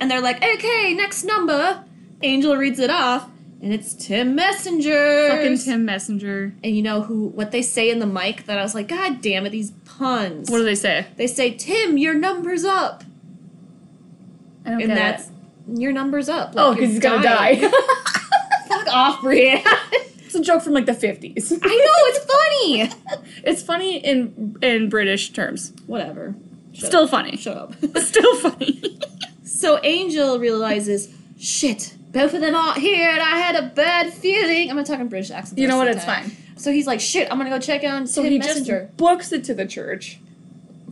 [SPEAKER 1] And they're like, okay, next number. Angel reads it off, and it's Tim Messenger.
[SPEAKER 2] Fucking Tim Messenger.
[SPEAKER 1] And you know who what they say in the mic that I was like, God damn it, these puns.
[SPEAKER 2] What do they say?
[SPEAKER 1] they say, Tim, your number's up.
[SPEAKER 2] I don't
[SPEAKER 1] and
[SPEAKER 2] get
[SPEAKER 1] that's
[SPEAKER 2] it.
[SPEAKER 1] your number's up.
[SPEAKER 2] Oh,
[SPEAKER 1] Like,
[SPEAKER 2] because he's gonna
[SPEAKER 1] dying.
[SPEAKER 2] die.
[SPEAKER 1] Fuck off, Brianna.
[SPEAKER 2] It's a joke from like the fifties.
[SPEAKER 1] I know it's funny.
[SPEAKER 2] It's funny in in British terms.
[SPEAKER 1] Whatever. Shut
[SPEAKER 2] Still
[SPEAKER 1] up.
[SPEAKER 2] funny.
[SPEAKER 1] shut up.
[SPEAKER 2] Still funny.
[SPEAKER 1] so Angel realizes, shit, both of them aren't here, and I had a bad feeling. I'm gonna talk in British accent. the
[SPEAKER 2] you know what?
[SPEAKER 1] rest of
[SPEAKER 2] It's
[SPEAKER 1] the time.
[SPEAKER 2] fine.
[SPEAKER 1] So he's like, shit, I'm gonna go check on
[SPEAKER 2] So
[SPEAKER 1] Tim
[SPEAKER 2] he
[SPEAKER 1] Messenger.
[SPEAKER 2] just books it to the church.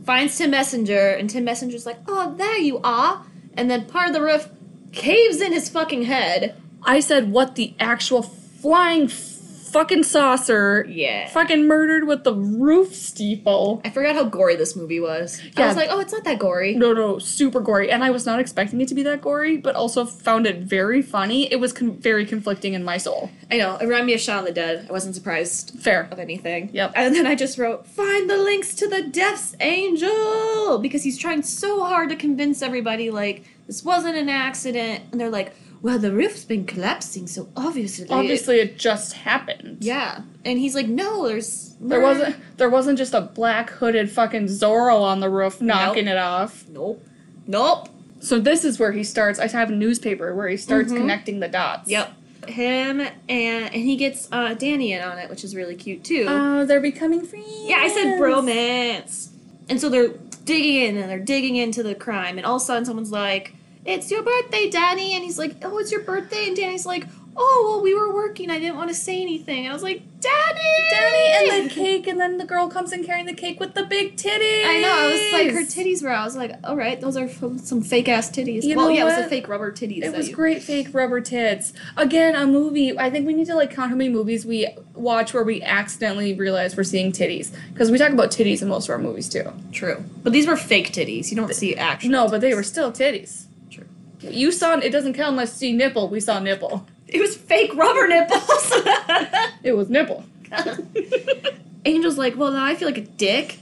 [SPEAKER 1] finds Tim Messenger, and Tim Messenger's like, "Oh, there you are!" And then part of the roof caves in his fucking head.
[SPEAKER 2] I said, what the actual flying f- fucking saucer
[SPEAKER 1] Yeah.
[SPEAKER 2] fucking murdered with the roof steeple.
[SPEAKER 1] I forgot how gory this movie was. I
[SPEAKER 2] Yeah.
[SPEAKER 1] was like, "Oh, it's not that gory."
[SPEAKER 2] No, no, super gory. And I was not expecting it to be that gory, but also found it very funny. It was con- very conflicting in my soul.
[SPEAKER 1] I know. It reminded me of Shaun of the Dead. I wasn't surprised
[SPEAKER 2] Fair.
[SPEAKER 1] of anything.
[SPEAKER 2] Yep.
[SPEAKER 1] And then I just wrote, "Find the links to the Death's Angel," because he's trying so hard to convince everybody like this wasn't an accident, and they're like, "Well, the roof's been collapsing, so obviously." it-"
[SPEAKER 2] Obviously, it just happened.
[SPEAKER 1] Yeah, and he's like, "No, there's
[SPEAKER 2] There
[SPEAKER 1] murder."
[SPEAKER 2] wasn't there wasn't just a black hooded fucking Zorro on the roof knocking it off.
[SPEAKER 1] Nope. Nope.
[SPEAKER 2] So this is where he starts. I have a newspaper where he starts
[SPEAKER 1] Mhm.
[SPEAKER 2] connecting the dots.
[SPEAKER 1] Yep. Him and and he gets uh, Danny in on it, which is really cute too.
[SPEAKER 2] Oh, they're becoming friends.
[SPEAKER 1] yeah, I said bromance. And so they're digging in and they're digging into the crime, and all of a sudden someone's like, "It's your birthday, Danny," and he's like, "Oh, it's your birthday," and Danny's like, "Oh, well, we were working. I didn't want to say anything." And I was like, "Danny,
[SPEAKER 2] Danny and the cake, and then the girl comes in carrying the cake with the big titties.
[SPEAKER 1] I know. I was like, her titties were. out. I was like, all right, those are f- some fake ass titties.
[SPEAKER 2] You
[SPEAKER 1] well,
[SPEAKER 2] know
[SPEAKER 1] yeah, it was
[SPEAKER 2] what?
[SPEAKER 1] the fake rubber titties.
[SPEAKER 2] It
[SPEAKER 1] that
[SPEAKER 2] was
[SPEAKER 1] you-
[SPEAKER 2] great fake rubber tits. Again, a movie. I think we need to like count how many movies we watch where we accidentally realize we're seeing titties because we talk about titties in most of our movies too.
[SPEAKER 1] True, but these were fake titties. You don't see actual.
[SPEAKER 2] No, but they were still titties.
[SPEAKER 1] True.
[SPEAKER 2] You saw it doesn't count unless you see nipple. We saw nipple.
[SPEAKER 1] It was fake rubber nipples.
[SPEAKER 2] It was nipple.
[SPEAKER 1] Angel's like, well, now I feel like a dick.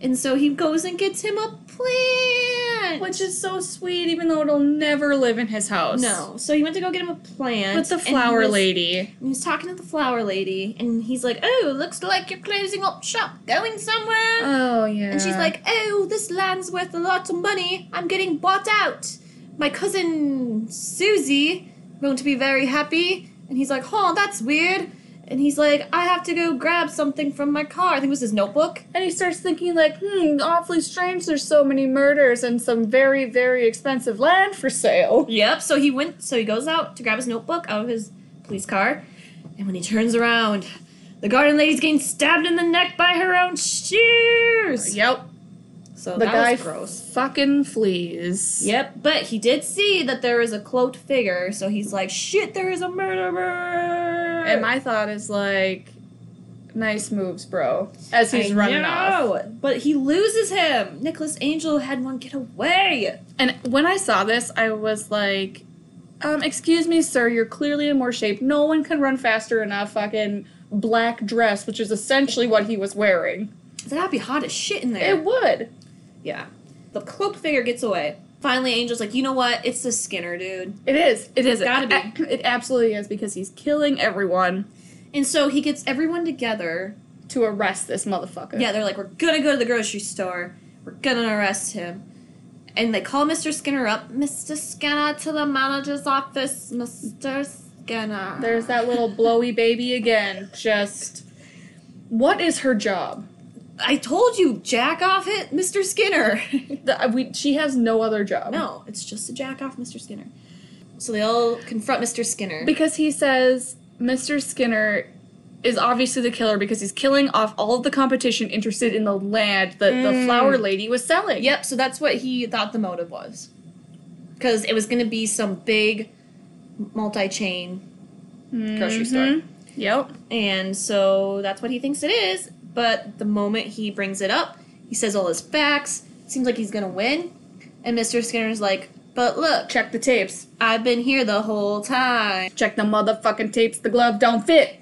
[SPEAKER 1] And so he goes and gets him a plant.
[SPEAKER 2] Which is so sweet, even though it'll never live in his house.
[SPEAKER 1] No. So he went to go get him a plant.
[SPEAKER 2] With the
[SPEAKER 1] and he
[SPEAKER 2] flower
[SPEAKER 1] was-
[SPEAKER 2] lady.
[SPEAKER 1] and He was talking to the flower lady, and he's like, oh, looks like you're closing up shop, going somewhere.
[SPEAKER 2] Oh yeah.
[SPEAKER 1] And she's like, oh, this land's worth a lot of money. I'm getting bought out. My cousin Susie going to be very happy. And he's like, huh, that's weird. And he's like, I have to go grab something from my car. I think it was his notebook.
[SPEAKER 2] And he starts thinking, like, hmm, awfully strange there's so many murders and some very, very expensive land for sale.
[SPEAKER 1] Yep. So he went. So he goes out to grab his notebook out of his police car, and when he turns around, the garden lady's getting stabbed in the neck by her own shears.
[SPEAKER 2] Yep.
[SPEAKER 1] So
[SPEAKER 2] The
[SPEAKER 1] Oh, that
[SPEAKER 2] guy
[SPEAKER 1] was gross.
[SPEAKER 2] fucking flees.
[SPEAKER 1] Yep. But he did see that there is a cloaked figure, so he's like, "Shit, there is a murderer."
[SPEAKER 2] And my thought is like, nice moves, bro. As he's
[SPEAKER 1] I
[SPEAKER 2] running off.
[SPEAKER 1] know, But he loses him. Nicholas Angel had one get away.
[SPEAKER 2] And when I saw this, I was like, um, excuse me, sir, you're clearly in more shape. No one can run faster in a fucking black dress, which is essentially what he was wearing.
[SPEAKER 1] That'd be hot as shit in there.
[SPEAKER 2] It would.
[SPEAKER 1] yeah. The cloaked figure gets away. Finally, Angel's like, "You know what? It's the Skinner dude."
[SPEAKER 2] It is. It is.
[SPEAKER 1] Gotta
[SPEAKER 2] It,
[SPEAKER 1] be.
[SPEAKER 2] it absolutely is because he's killing everyone
[SPEAKER 1] And so he gets everyone together.
[SPEAKER 2] to arrest this motherfucker.
[SPEAKER 1] Yeah, they're like, we're gonna go to the grocery store. We're gonna arrest him. And they call Mr. Skinner up. Mr. Skinner to the manager's office. Mr. Skinner.
[SPEAKER 2] There's that little blowy baby again. Just. What is her job?
[SPEAKER 1] I told you, jack off it, Mr. Skinner.
[SPEAKER 2] The, uh, we, she has no other job.
[SPEAKER 1] no, it's just a jack off, Mr. Skinner. So they all confront Mr. Skinner.
[SPEAKER 2] Because he says Mr. Skinner is obviously the killer because he's killing off all of the competition interested in the land that the
[SPEAKER 1] Mm.
[SPEAKER 2] flower lady was selling.
[SPEAKER 1] Yep, so that's what he thought the motive was. Because it was gonna be some big multi chain Grocery store.
[SPEAKER 2] Mhm. Yep.
[SPEAKER 1] And so that's what he thinks it is. But the moment he brings it up, he says all his facts. Seems like he's gonna win. And Mr. Skinner's like, but look,
[SPEAKER 2] Check the tapes.
[SPEAKER 1] I've been here the whole time.
[SPEAKER 2] Check the motherfucking tapes. The glove don't fit.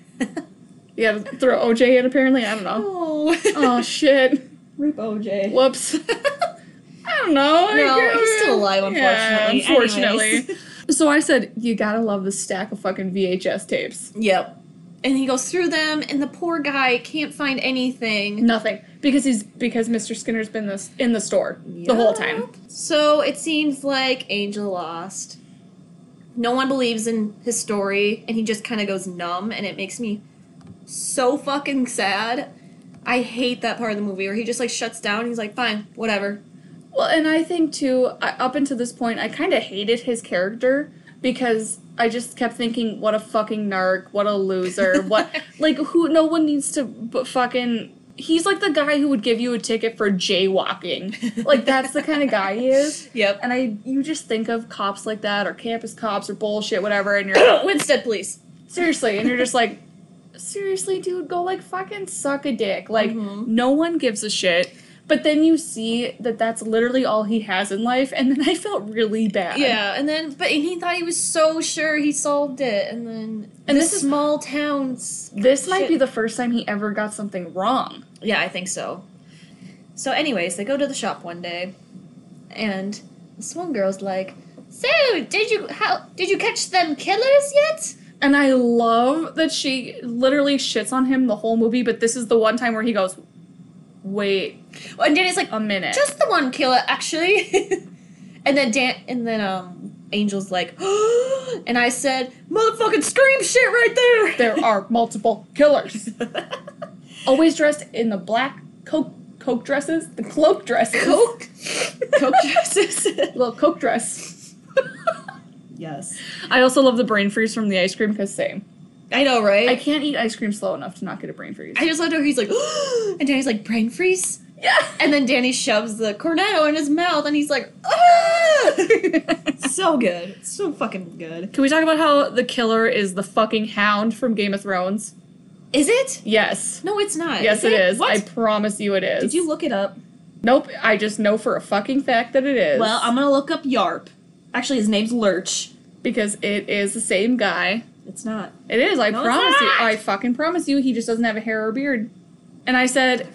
[SPEAKER 2] You gotta throw OJ in apparently. I don't know.
[SPEAKER 1] oh.
[SPEAKER 2] oh shit.
[SPEAKER 1] Rip OJ.
[SPEAKER 2] Whoops. I don't know.
[SPEAKER 1] No, he's still alive, unfortunately.
[SPEAKER 2] Yeah, unfortunately.
[SPEAKER 1] Anyways.
[SPEAKER 2] so I said, you gotta love the stack of fucking VHS tapes.
[SPEAKER 1] Yep. And he goes through them, and the poor guy can't find anything.
[SPEAKER 2] Nothing because he's because Mr. Skinner's been this in the store the whole time.
[SPEAKER 1] Yup. So it seems like Angel lost. No one believes in his story, and he just kind of goes numb, and it makes me so fucking sad. I hate that part of the movie where he just like shuts down. he's like, "Fine, whatever."
[SPEAKER 2] Well, and I think too, I, up until this point, I kind of hated his character because I just kept thinking, what a fucking narc, what a loser, what like who? No one needs to b- fucking he's like the guy who would give you a ticket for jaywalking. like that's the kind of guy he is.
[SPEAKER 1] Yep.
[SPEAKER 2] And I you just think of cops like that or campus cops or bullshit whatever and you're
[SPEAKER 1] Winstead police.
[SPEAKER 2] seriously and you're just like seriously dude go like fucking suck a dick. Like
[SPEAKER 1] Mhm.
[SPEAKER 2] no one gives a shit. But then you see that that's literally all he has in life and then I felt really bad.
[SPEAKER 1] Yeah, and then but he thought he was so sure he solved it, and then
[SPEAKER 2] And
[SPEAKER 1] this,
[SPEAKER 2] this is-
[SPEAKER 1] small towns.
[SPEAKER 2] This might
[SPEAKER 1] Shit.
[SPEAKER 2] be the first time he ever got something wrong.
[SPEAKER 1] Yeah, I think so. So, anyways, they go to the shop one day, and this one girl's like,
[SPEAKER 3] So, did you how did you catch them killers yet?
[SPEAKER 2] And I love that she literally shits on him the whole movie, but this is the one time where he goes, wait
[SPEAKER 1] and Danny's like,
[SPEAKER 2] a minute.
[SPEAKER 1] just the one killer actually, and then Dan, and then um, Angel's like, and I said, motherfucking scream shit right there.
[SPEAKER 2] there are multiple killers. Always dressed in the black coke coke dresses, the cloak dresses.
[SPEAKER 1] Coke, Coke dresses.
[SPEAKER 2] Little coke dress.
[SPEAKER 1] yes,
[SPEAKER 2] I also love the brain freeze from the ice cream because same.
[SPEAKER 1] I know, right?
[SPEAKER 2] I can't eat ice cream slow enough to not get a brain freeze.
[SPEAKER 1] I just loved how he's like, and Danny's like, brain freeze?
[SPEAKER 2] yeah.
[SPEAKER 1] And then Danny shoves the cornetto in his mouth and he's like, ah! so good. So fucking good.
[SPEAKER 2] Can we talk about how the killer is the fucking hound from Game of Thrones?
[SPEAKER 1] Is it?
[SPEAKER 2] Yes.
[SPEAKER 1] No, it's not.
[SPEAKER 2] Yes, it is.
[SPEAKER 1] What?
[SPEAKER 2] I promise you it is.
[SPEAKER 1] Did you look it up?
[SPEAKER 2] Nope, I just know for a fucking fact that it is.
[SPEAKER 1] Well, I'm gonna look up Yarp. Actually, his name's Lurch.
[SPEAKER 2] because it is the same guy.
[SPEAKER 1] It's not.
[SPEAKER 2] It is. I
[SPEAKER 1] No, it's
[SPEAKER 2] promise you.
[SPEAKER 1] not.
[SPEAKER 2] I fucking promise you. He just doesn't have a hair or beard. And I said,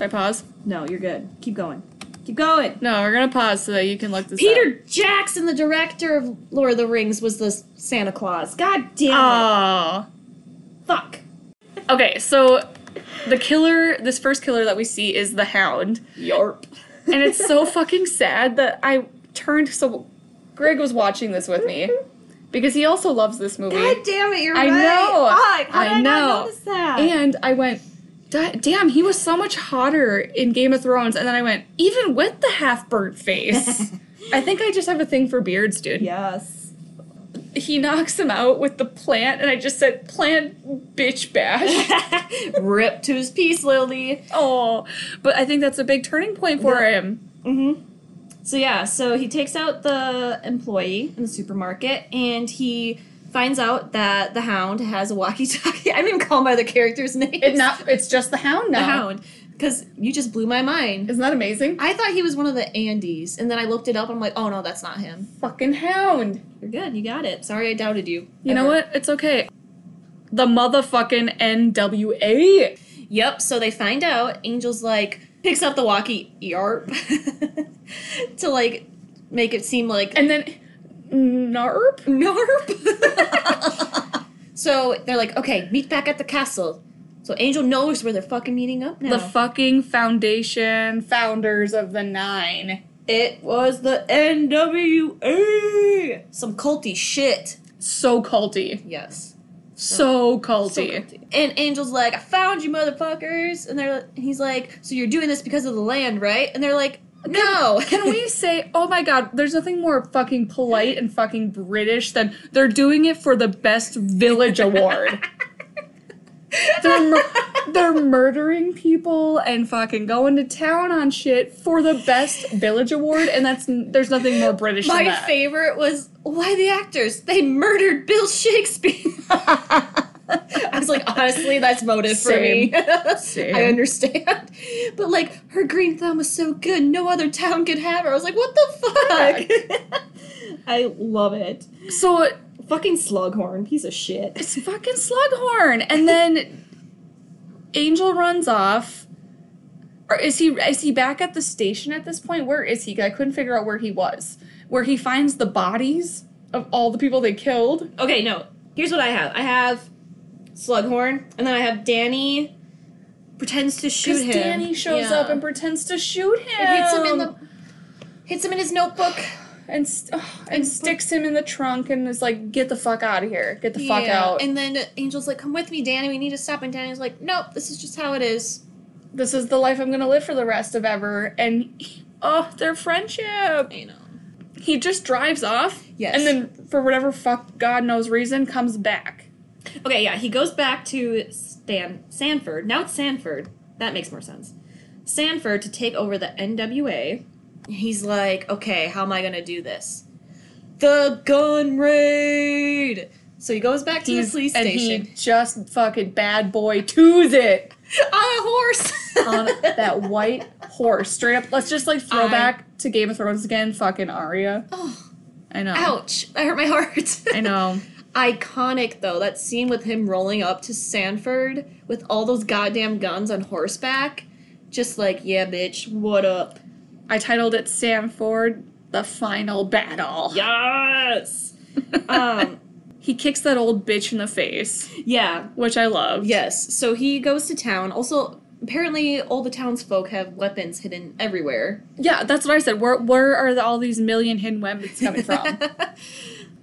[SPEAKER 2] I pause.
[SPEAKER 1] No, you're good. Keep going. Keep going.
[SPEAKER 2] No, we're gonna pause so that you can look this up.
[SPEAKER 1] Peter Jackson, the director of Lord of the Rings, was the s- Santa Claus. God damn it.
[SPEAKER 2] Oh. Aw.
[SPEAKER 1] Fuck.
[SPEAKER 2] Okay, so the killer, this first killer that we see is the Hound,
[SPEAKER 1] Yarp.
[SPEAKER 2] and it's so fucking sad that I turned. So Greg was watching this with me because he also loves this movie.
[SPEAKER 1] God damn it, you're
[SPEAKER 2] I
[SPEAKER 1] right.
[SPEAKER 2] know.
[SPEAKER 1] Fuck, how
[SPEAKER 2] I
[SPEAKER 1] did I not
[SPEAKER 2] know.
[SPEAKER 1] notice that?
[SPEAKER 2] And I went, "Da- damn, he was so much hotter in Game of Thrones. And then I went, even with the half burnt face. I think I just have a thing for beards, dude.
[SPEAKER 1] yes.
[SPEAKER 2] He knocks him out with the plant, and I just said, plant bitch bash.
[SPEAKER 1] Rip to his piece, Lily.
[SPEAKER 2] oh, but I think that's a big turning point for him.
[SPEAKER 1] Mm-hmm. So yeah, so he takes out the employee in the supermarket, and he finds out that the Hound has a walkie-talkie. I didn't even call him by the character's name.
[SPEAKER 2] It not, it's just the hound
[SPEAKER 1] the
[SPEAKER 2] now.
[SPEAKER 1] Hound, because you just blew my mind.
[SPEAKER 2] Isn't that amazing?
[SPEAKER 1] I thought he was one of the Andes, and then I looked it up. I'm like, oh no, that's not him.
[SPEAKER 2] Fucking hound.
[SPEAKER 1] You're good. You got it. Sorry, I doubted you.
[SPEAKER 2] You know
[SPEAKER 1] Ever.
[SPEAKER 2] what? It's okay. The motherfucking NWA.
[SPEAKER 1] Yep, so they find out. Angel's like picks up the walkie yarp to like make it seem like
[SPEAKER 2] And then, NARP?
[SPEAKER 1] narp. so they're like, okay, meet back at the castle. So Angel knows where they're fucking meeting up now.
[SPEAKER 2] The fucking foundation founders of the nine.
[SPEAKER 1] it was the NWA. Some culty shit.
[SPEAKER 2] So culty.
[SPEAKER 1] Yes.
[SPEAKER 2] So
[SPEAKER 1] So
[SPEAKER 2] culty.
[SPEAKER 1] culty. And Angel's like, I found you, motherfuckers. And they're, and he's like, so you're doing this because of the land, right? And they're like, no.
[SPEAKER 2] Can we say, oh my god, there's nothing more fucking polite and fucking British than they're doing it for the best village award. They're, mur- they're murdering people and fucking going to town on shit for the best village award, and that's there's nothing more British
[SPEAKER 1] My
[SPEAKER 2] than that.
[SPEAKER 1] favorite was why the actors they murdered Bill Shakespeare. I was like, honestly, that's motive
[SPEAKER 2] Same.
[SPEAKER 1] for me.
[SPEAKER 2] Same.
[SPEAKER 1] I understand, but like her green thumb was so good, no other town could have her. I was like, what the fuck? I love it.
[SPEAKER 2] so
[SPEAKER 1] Fucking Slughorn, piece of shit.
[SPEAKER 2] It's fucking Slughorn. And then Angel runs off. Or is he is he back at the station at this point? Where is he? I couldn't figure out where he was. Where he finds the bodies of all the people they killed.
[SPEAKER 1] Okay, no. Here's what I have. I have Slughorn, and then I have Danny pretends to shoot
[SPEAKER 2] Because
[SPEAKER 1] him.
[SPEAKER 2] Danny shows
[SPEAKER 1] Yeah.
[SPEAKER 2] up and pretends to shoot him.
[SPEAKER 1] It hits him in the hits him in his notebook.
[SPEAKER 2] and st- ugh, and sticks him in the trunk and is like, "Get the fuck out of here! Get the fuck
[SPEAKER 1] Yeah,
[SPEAKER 2] out!
[SPEAKER 1] And then Angel's like, "Come with me, Danny. We need to stop." And Danny's like, "Nope, this is just how it is."
[SPEAKER 2] this is the life I'm gonna live for the rest of ever." And oh, their friendship.
[SPEAKER 1] You know.
[SPEAKER 2] He just drives off
[SPEAKER 1] Yes.
[SPEAKER 2] And then, for whatever fuck God knows reason, comes back.
[SPEAKER 1] okay, yeah, he goes back to Stan Sanford. Now it's Sanford. That makes more sense. Sanford to take over the NWA. He's like, okay, how am I going to do this? The gun raid! So he goes back to the police
[SPEAKER 2] and
[SPEAKER 1] station
[SPEAKER 2] he just fucking bad boy twos it
[SPEAKER 1] on a horse.
[SPEAKER 2] on that white horse. Straight up, let's just like throw
[SPEAKER 1] I-
[SPEAKER 2] back to Game of Thrones again. Fucking Arya.
[SPEAKER 1] Oh,
[SPEAKER 2] I know.
[SPEAKER 1] ouch. That hurt my heart.
[SPEAKER 2] I know.
[SPEAKER 1] Iconic, though, that scene with him rolling up to Sanford with all those goddamn guns on horseback. Just like, yeah, bitch, what up?
[SPEAKER 2] I titled it Sanford: The Final Battle.
[SPEAKER 1] Yes! um,
[SPEAKER 2] He kicks that old bitch in the face,
[SPEAKER 1] yeah,
[SPEAKER 2] which I love.
[SPEAKER 1] Yes. So he goes to town. Also, apparently, all the townsfolk have weapons hidden everywhere.
[SPEAKER 2] Yeah, that's what I said. Where where are the, all these million hidden weapons coming from?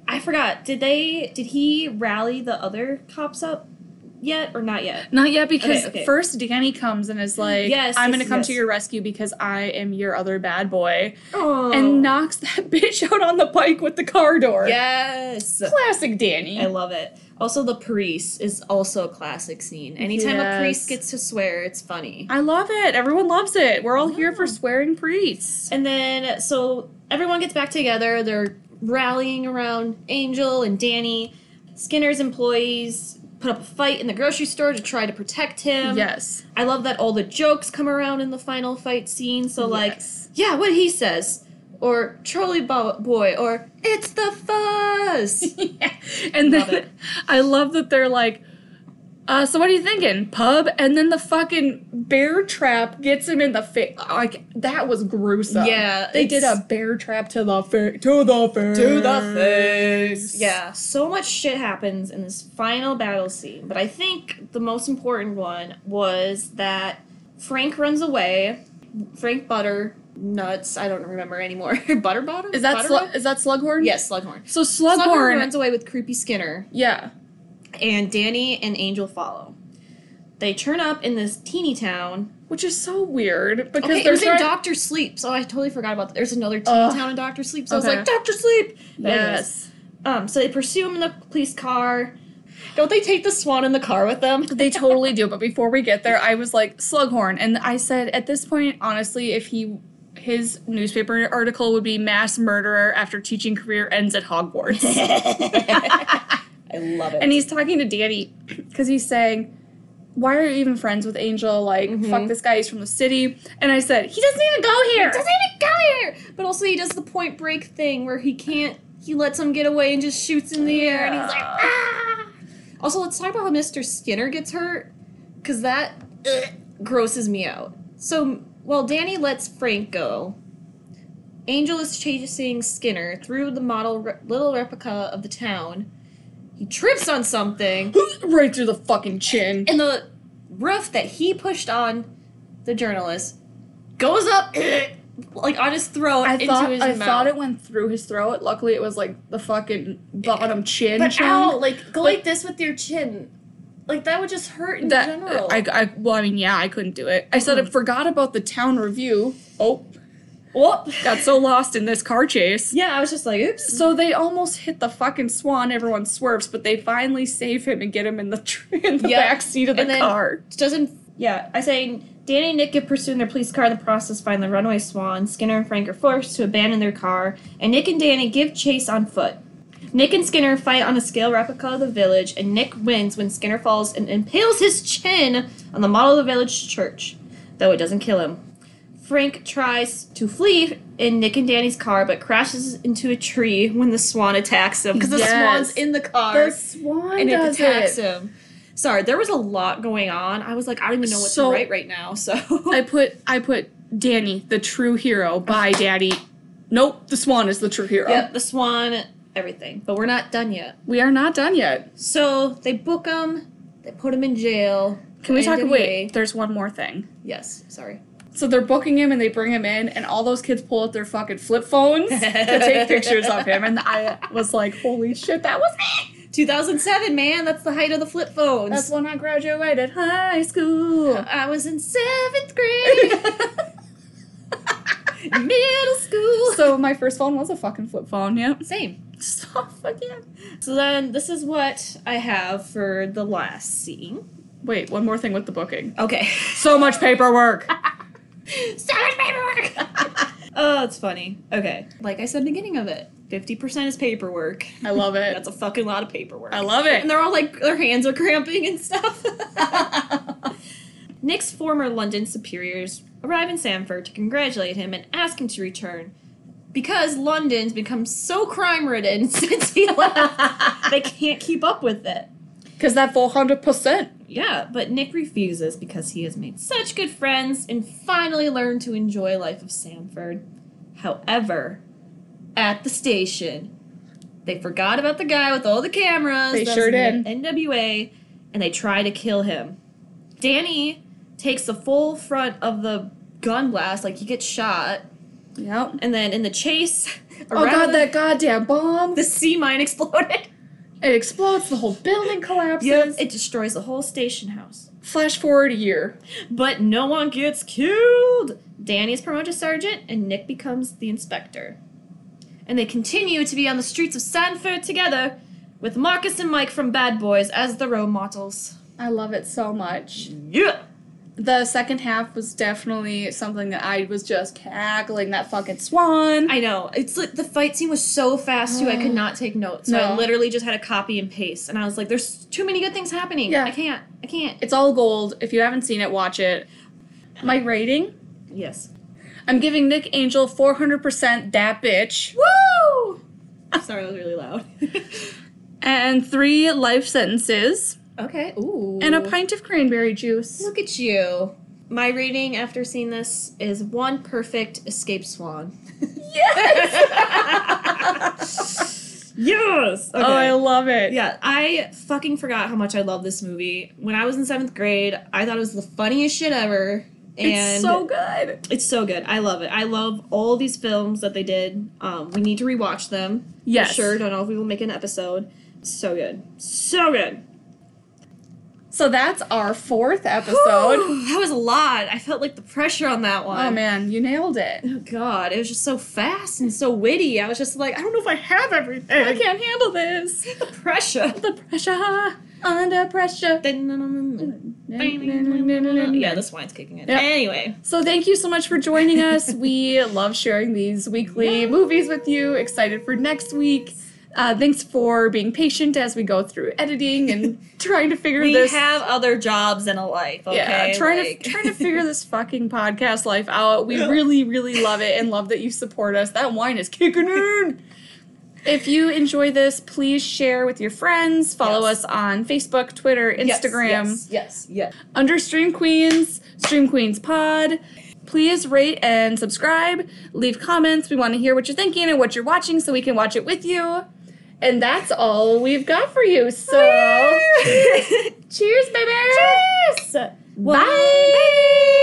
[SPEAKER 1] I forgot. Did they? Did he rally the other cops up yet or not yet?
[SPEAKER 2] Not yet, because
[SPEAKER 1] Okay, okay.
[SPEAKER 2] first Danny comes and is like,
[SPEAKER 1] Yes,
[SPEAKER 2] I'm
[SPEAKER 1] yes,
[SPEAKER 2] going to come
[SPEAKER 1] yes.
[SPEAKER 2] to your rescue because I am your other bad boy.
[SPEAKER 1] Oh.
[SPEAKER 2] And knocks that bitch out on the bike with the car door.
[SPEAKER 1] Yes.
[SPEAKER 2] Classic Danny.
[SPEAKER 1] I love it. Also, the priest is also a classic scene. Anytime a priest
[SPEAKER 2] Yes.
[SPEAKER 1] gets to swear, it's funny.
[SPEAKER 2] I love it. Everyone loves it. We're all here for swearing priests.
[SPEAKER 1] And then, so everyone gets back together. They're rallying around Angel and Danny. Skinner's employees put up a fight in the grocery store to try to protect him.
[SPEAKER 2] yes.
[SPEAKER 1] I love that all the jokes come around in the final fight scene. So, like,
[SPEAKER 2] Yes.
[SPEAKER 1] yeah, what he says, or trolley bo- boy, or it's the fuzz.
[SPEAKER 2] yeah. And
[SPEAKER 1] Love
[SPEAKER 2] then
[SPEAKER 1] it.
[SPEAKER 2] I love that they're like, uh, so what are you thinking, pub? And then the fucking bear trap gets him in the face. Like that was gruesome.
[SPEAKER 1] Yeah,
[SPEAKER 2] they did
[SPEAKER 1] it's-
[SPEAKER 2] a bear trap to the face. To the face.
[SPEAKER 1] face. Yeah, so much shit happens in this final battle scene, but I think the most important one was that Frank runs away. Frank Butter Nuts. I don't remember anymore. Butter Butter.
[SPEAKER 2] Is that
[SPEAKER 1] Butter
[SPEAKER 2] slug, is that Slughorn?
[SPEAKER 1] Yes, Slughorn.
[SPEAKER 2] So
[SPEAKER 1] Slughorn,
[SPEAKER 2] Slughorn.
[SPEAKER 1] runs away with Creepy Skinner,
[SPEAKER 2] yeah.
[SPEAKER 1] and Danny and Angel follow. They turn up in this teeny town.
[SPEAKER 2] Which is so weird because
[SPEAKER 1] Okay, it
[SPEAKER 2] there's
[SPEAKER 1] was in Doctor Sleep, so I totally forgot about that. There's another teeny
[SPEAKER 2] Ugh.
[SPEAKER 1] town in Doctor Sleep, so I
[SPEAKER 2] Okay.
[SPEAKER 1] was like, Doctor Sleep. But anyways,
[SPEAKER 2] Yes.
[SPEAKER 1] Um, so they pursue him in the police car. Don't they take the swan in the car with them?
[SPEAKER 2] they totally do. But before we get there, I was like Slughorn, and I said at this point, honestly, if he his newspaper article would be mass murderer after teaching career ends at Hogwarts,
[SPEAKER 1] I love it.
[SPEAKER 2] and he's talking to Danny because he's saying. Why are you even friends with Angel? Like,
[SPEAKER 1] Mm-hmm.
[SPEAKER 2] fuck this guy, he's from the city. And I said, he doesn't even go here.
[SPEAKER 1] doesn't even go here. But also, he does the Point Break thing where he can't. He lets him get away and just shoots in the air, and he's like,
[SPEAKER 2] Yeah.
[SPEAKER 1] ah. Also, let's talk about how Mr. Skinner gets hurt, because that ugh, grosses me out. So while Danny lets Frank go, Angel is chasing Skinner through the model re- little replica of the town. He trips on something.
[SPEAKER 2] right through the fucking chin.
[SPEAKER 1] and the roof that he pushed on the journalist goes up like on his throat
[SPEAKER 2] I
[SPEAKER 1] into
[SPEAKER 2] thought
[SPEAKER 1] his
[SPEAKER 2] I
[SPEAKER 1] mouth.
[SPEAKER 2] thought it went through his throat. Luckily, it was like the fucking bottom chin.
[SPEAKER 1] but
[SPEAKER 2] chunk.
[SPEAKER 1] ow, like go
[SPEAKER 2] But-
[SPEAKER 1] like this with your chin, like that would just hurt in
[SPEAKER 2] that
[SPEAKER 1] general. Hmm.
[SPEAKER 2] I, I well, I mean, yeah, I couldn't do it. I said I forgot about the town review. Oh,
[SPEAKER 1] Whoop.
[SPEAKER 2] got so lost in this car chase.
[SPEAKER 1] yeah, I was just like, oops.
[SPEAKER 2] So they almost hit the fucking swan. Everyone swerves, but they finally save him and get him in the tr- in the
[SPEAKER 1] Yeah.
[SPEAKER 2] back seat of the
[SPEAKER 1] And then-
[SPEAKER 2] car.
[SPEAKER 1] Doesn't yeah. I say Danny and Nick get pursued in their police car. In the process, find the runaway swan. Skinner and Frank are forced to abandon their car, and Nick and Danny give chase on foot. Nick and Skinner fight on a scale replica of the village, and Nick wins when Skinner falls and impales his chin on the model of the village church, though it doesn't kill him. Frank tries to flee in Nick and Danny's car, but crashes into a tree when the swan attacks him because the
[SPEAKER 2] Yes.
[SPEAKER 1] swan's in the car
[SPEAKER 2] The swan
[SPEAKER 1] and it
[SPEAKER 2] does
[SPEAKER 1] attacks
[SPEAKER 2] it.
[SPEAKER 1] him. Sorry, there was a lot going on. I was like, I don't even know what
[SPEAKER 2] So-
[SPEAKER 1] to write right now. So
[SPEAKER 2] I put I put Danny, the true hero. Bye, Daddy. Nope, the swan is the true hero.
[SPEAKER 1] yep, the swan, everything. But we're not done yet.
[SPEAKER 2] We are not done yet.
[SPEAKER 1] So they book him. They put him in jail.
[SPEAKER 2] Can we talk?
[SPEAKER 1] NWA.
[SPEAKER 2] Wait, there's one more thing.
[SPEAKER 1] Yes. Sorry.
[SPEAKER 2] So they're booking him and they bring him in, and all those kids pull out their fucking flip phones to take pictures of him. And I was like, holy shit, that was me!
[SPEAKER 1] 2007, man. That's the height of the flip phones.
[SPEAKER 2] That's when I graduated high school.
[SPEAKER 1] I was in seventh grade, middle school.
[SPEAKER 2] So my first phone was a fucking flip phone, yep.
[SPEAKER 1] Same.
[SPEAKER 2] So fucking.
[SPEAKER 1] So then, this is what I have for the last scene.
[SPEAKER 2] Wait, one more thing with the booking.
[SPEAKER 1] Okay.
[SPEAKER 2] So much paperwork.
[SPEAKER 1] so much paperwork. oh, it's funny. Okay. Like I said in the beginning of it, 50% is paperwork.
[SPEAKER 2] I love it.
[SPEAKER 1] That's a fucking lot of paperwork.
[SPEAKER 2] I love it.
[SPEAKER 1] And they're all like, their hands are cramping and stuff. Nick's former London superiors arrive in Sanford to congratulate him and ask him to return because London's become so crime ridden since he left, they can't keep up with it.
[SPEAKER 2] Because that 400%.
[SPEAKER 1] Yeah, but Nick refuses because he has made such good friends and finally learned to enjoy life of Sanford. However, at the station, they forgot about the guy with all the cameras.
[SPEAKER 2] They
[SPEAKER 1] that
[SPEAKER 2] sure
[SPEAKER 1] was in
[SPEAKER 2] did.
[SPEAKER 1] the NWA, and they try to kill him. Danny takes the full front of the gun blast, like he gets shot,
[SPEAKER 2] Yep.
[SPEAKER 1] and then in the chase,
[SPEAKER 2] Oh
[SPEAKER 1] around
[SPEAKER 2] god, that goddamn bomb.
[SPEAKER 1] the sea mine exploded.
[SPEAKER 2] It explodes, the whole building collapses.
[SPEAKER 1] It destroys the whole station house.
[SPEAKER 2] Flash forward a year.
[SPEAKER 1] But no one gets killed. Danny is promoted to sergeant, and Nick becomes the inspector. And they continue to be on the streets of Sanford together, with Marcus and Mike from Bad Boys as the role models.
[SPEAKER 2] I love it so much.
[SPEAKER 1] Yeah.
[SPEAKER 2] The second half was definitely something that I was just cackling that fucking swan.
[SPEAKER 1] I know. It's like the fight scene was so fast too. I could not take notes, so I
[SPEAKER 2] No.
[SPEAKER 1] literally just had to copy and paste. And I was like, "There's too many good things happening.
[SPEAKER 2] Yeah.
[SPEAKER 1] I can't. I can't."
[SPEAKER 2] it's all gold. If you haven't seen it, watch it. My rating?
[SPEAKER 1] Yes.
[SPEAKER 2] I'm giving Nick Angel 400% that bitch
[SPEAKER 1] Woo! Sorry, that was really loud.
[SPEAKER 2] and three life sentences
[SPEAKER 1] okay. Ooh.
[SPEAKER 2] and a pint of cranberry juice.
[SPEAKER 1] Look at you. My rating after seeing this is one perfect escape swan. Yes! yes!
[SPEAKER 2] Oh, I love it.
[SPEAKER 1] yeah, I fucking forgot how much I love this movie. When I was in seventh grade, I thought it was the funniest shit ever. And
[SPEAKER 2] It's so good.
[SPEAKER 1] it's so good. I love it. I love all these films that they did. Um, we need to rewatch them. for
[SPEAKER 2] Yes.
[SPEAKER 1] Sure. Don't know if we will make an episode. So good. So good.
[SPEAKER 2] So that's our fourth episode.
[SPEAKER 1] that was a lot. I felt like the pressure on that one.
[SPEAKER 2] oh man, you nailed it.
[SPEAKER 1] Oh God, it was just so fast and so witty. I was just like, I don't know if I have
[SPEAKER 2] I
[SPEAKER 1] everything.
[SPEAKER 2] can't handle this.
[SPEAKER 1] The pressure.
[SPEAKER 2] The pressure. Under pressure.
[SPEAKER 1] yeah, this wine's kicking in.
[SPEAKER 2] Yep.
[SPEAKER 1] Anyway,
[SPEAKER 2] So thank you so much for joining us. We love sharing these weekly movies with you. Excited for next week. Uh, thanks for being patient as we go through editing and trying to figure
[SPEAKER 1] we
[SPEAKER 2] this.
[SPEAKER 1] have other jobs and a life. Okay,
[SPEAKER 2] yeah, trying
[SPEAKER 1] Like-
[SPEAKER 2] to trying to figure this fucking podcast life out. We really, really love it and love that you support us. That wine is kicking in. If you enjoy this, please share with your friends. Follow
[SPEAKER 1] Yes.
[SPEAKER 2] us on Facebook, Twitter,
[SPEAKER 1] Yes,
[SPEAKER 2] Instagram
[SPEAKER 1] Yes, yes, yes.
[SPEAKER 2] under Stream Queens, Stream Queens Pod. Please rate and subscribe. Leave comments. We want to hear what you're thinking and what you're watching so we can watch it with you. And that's all we've got for you. So, cheers, baby. Cheers. Bye.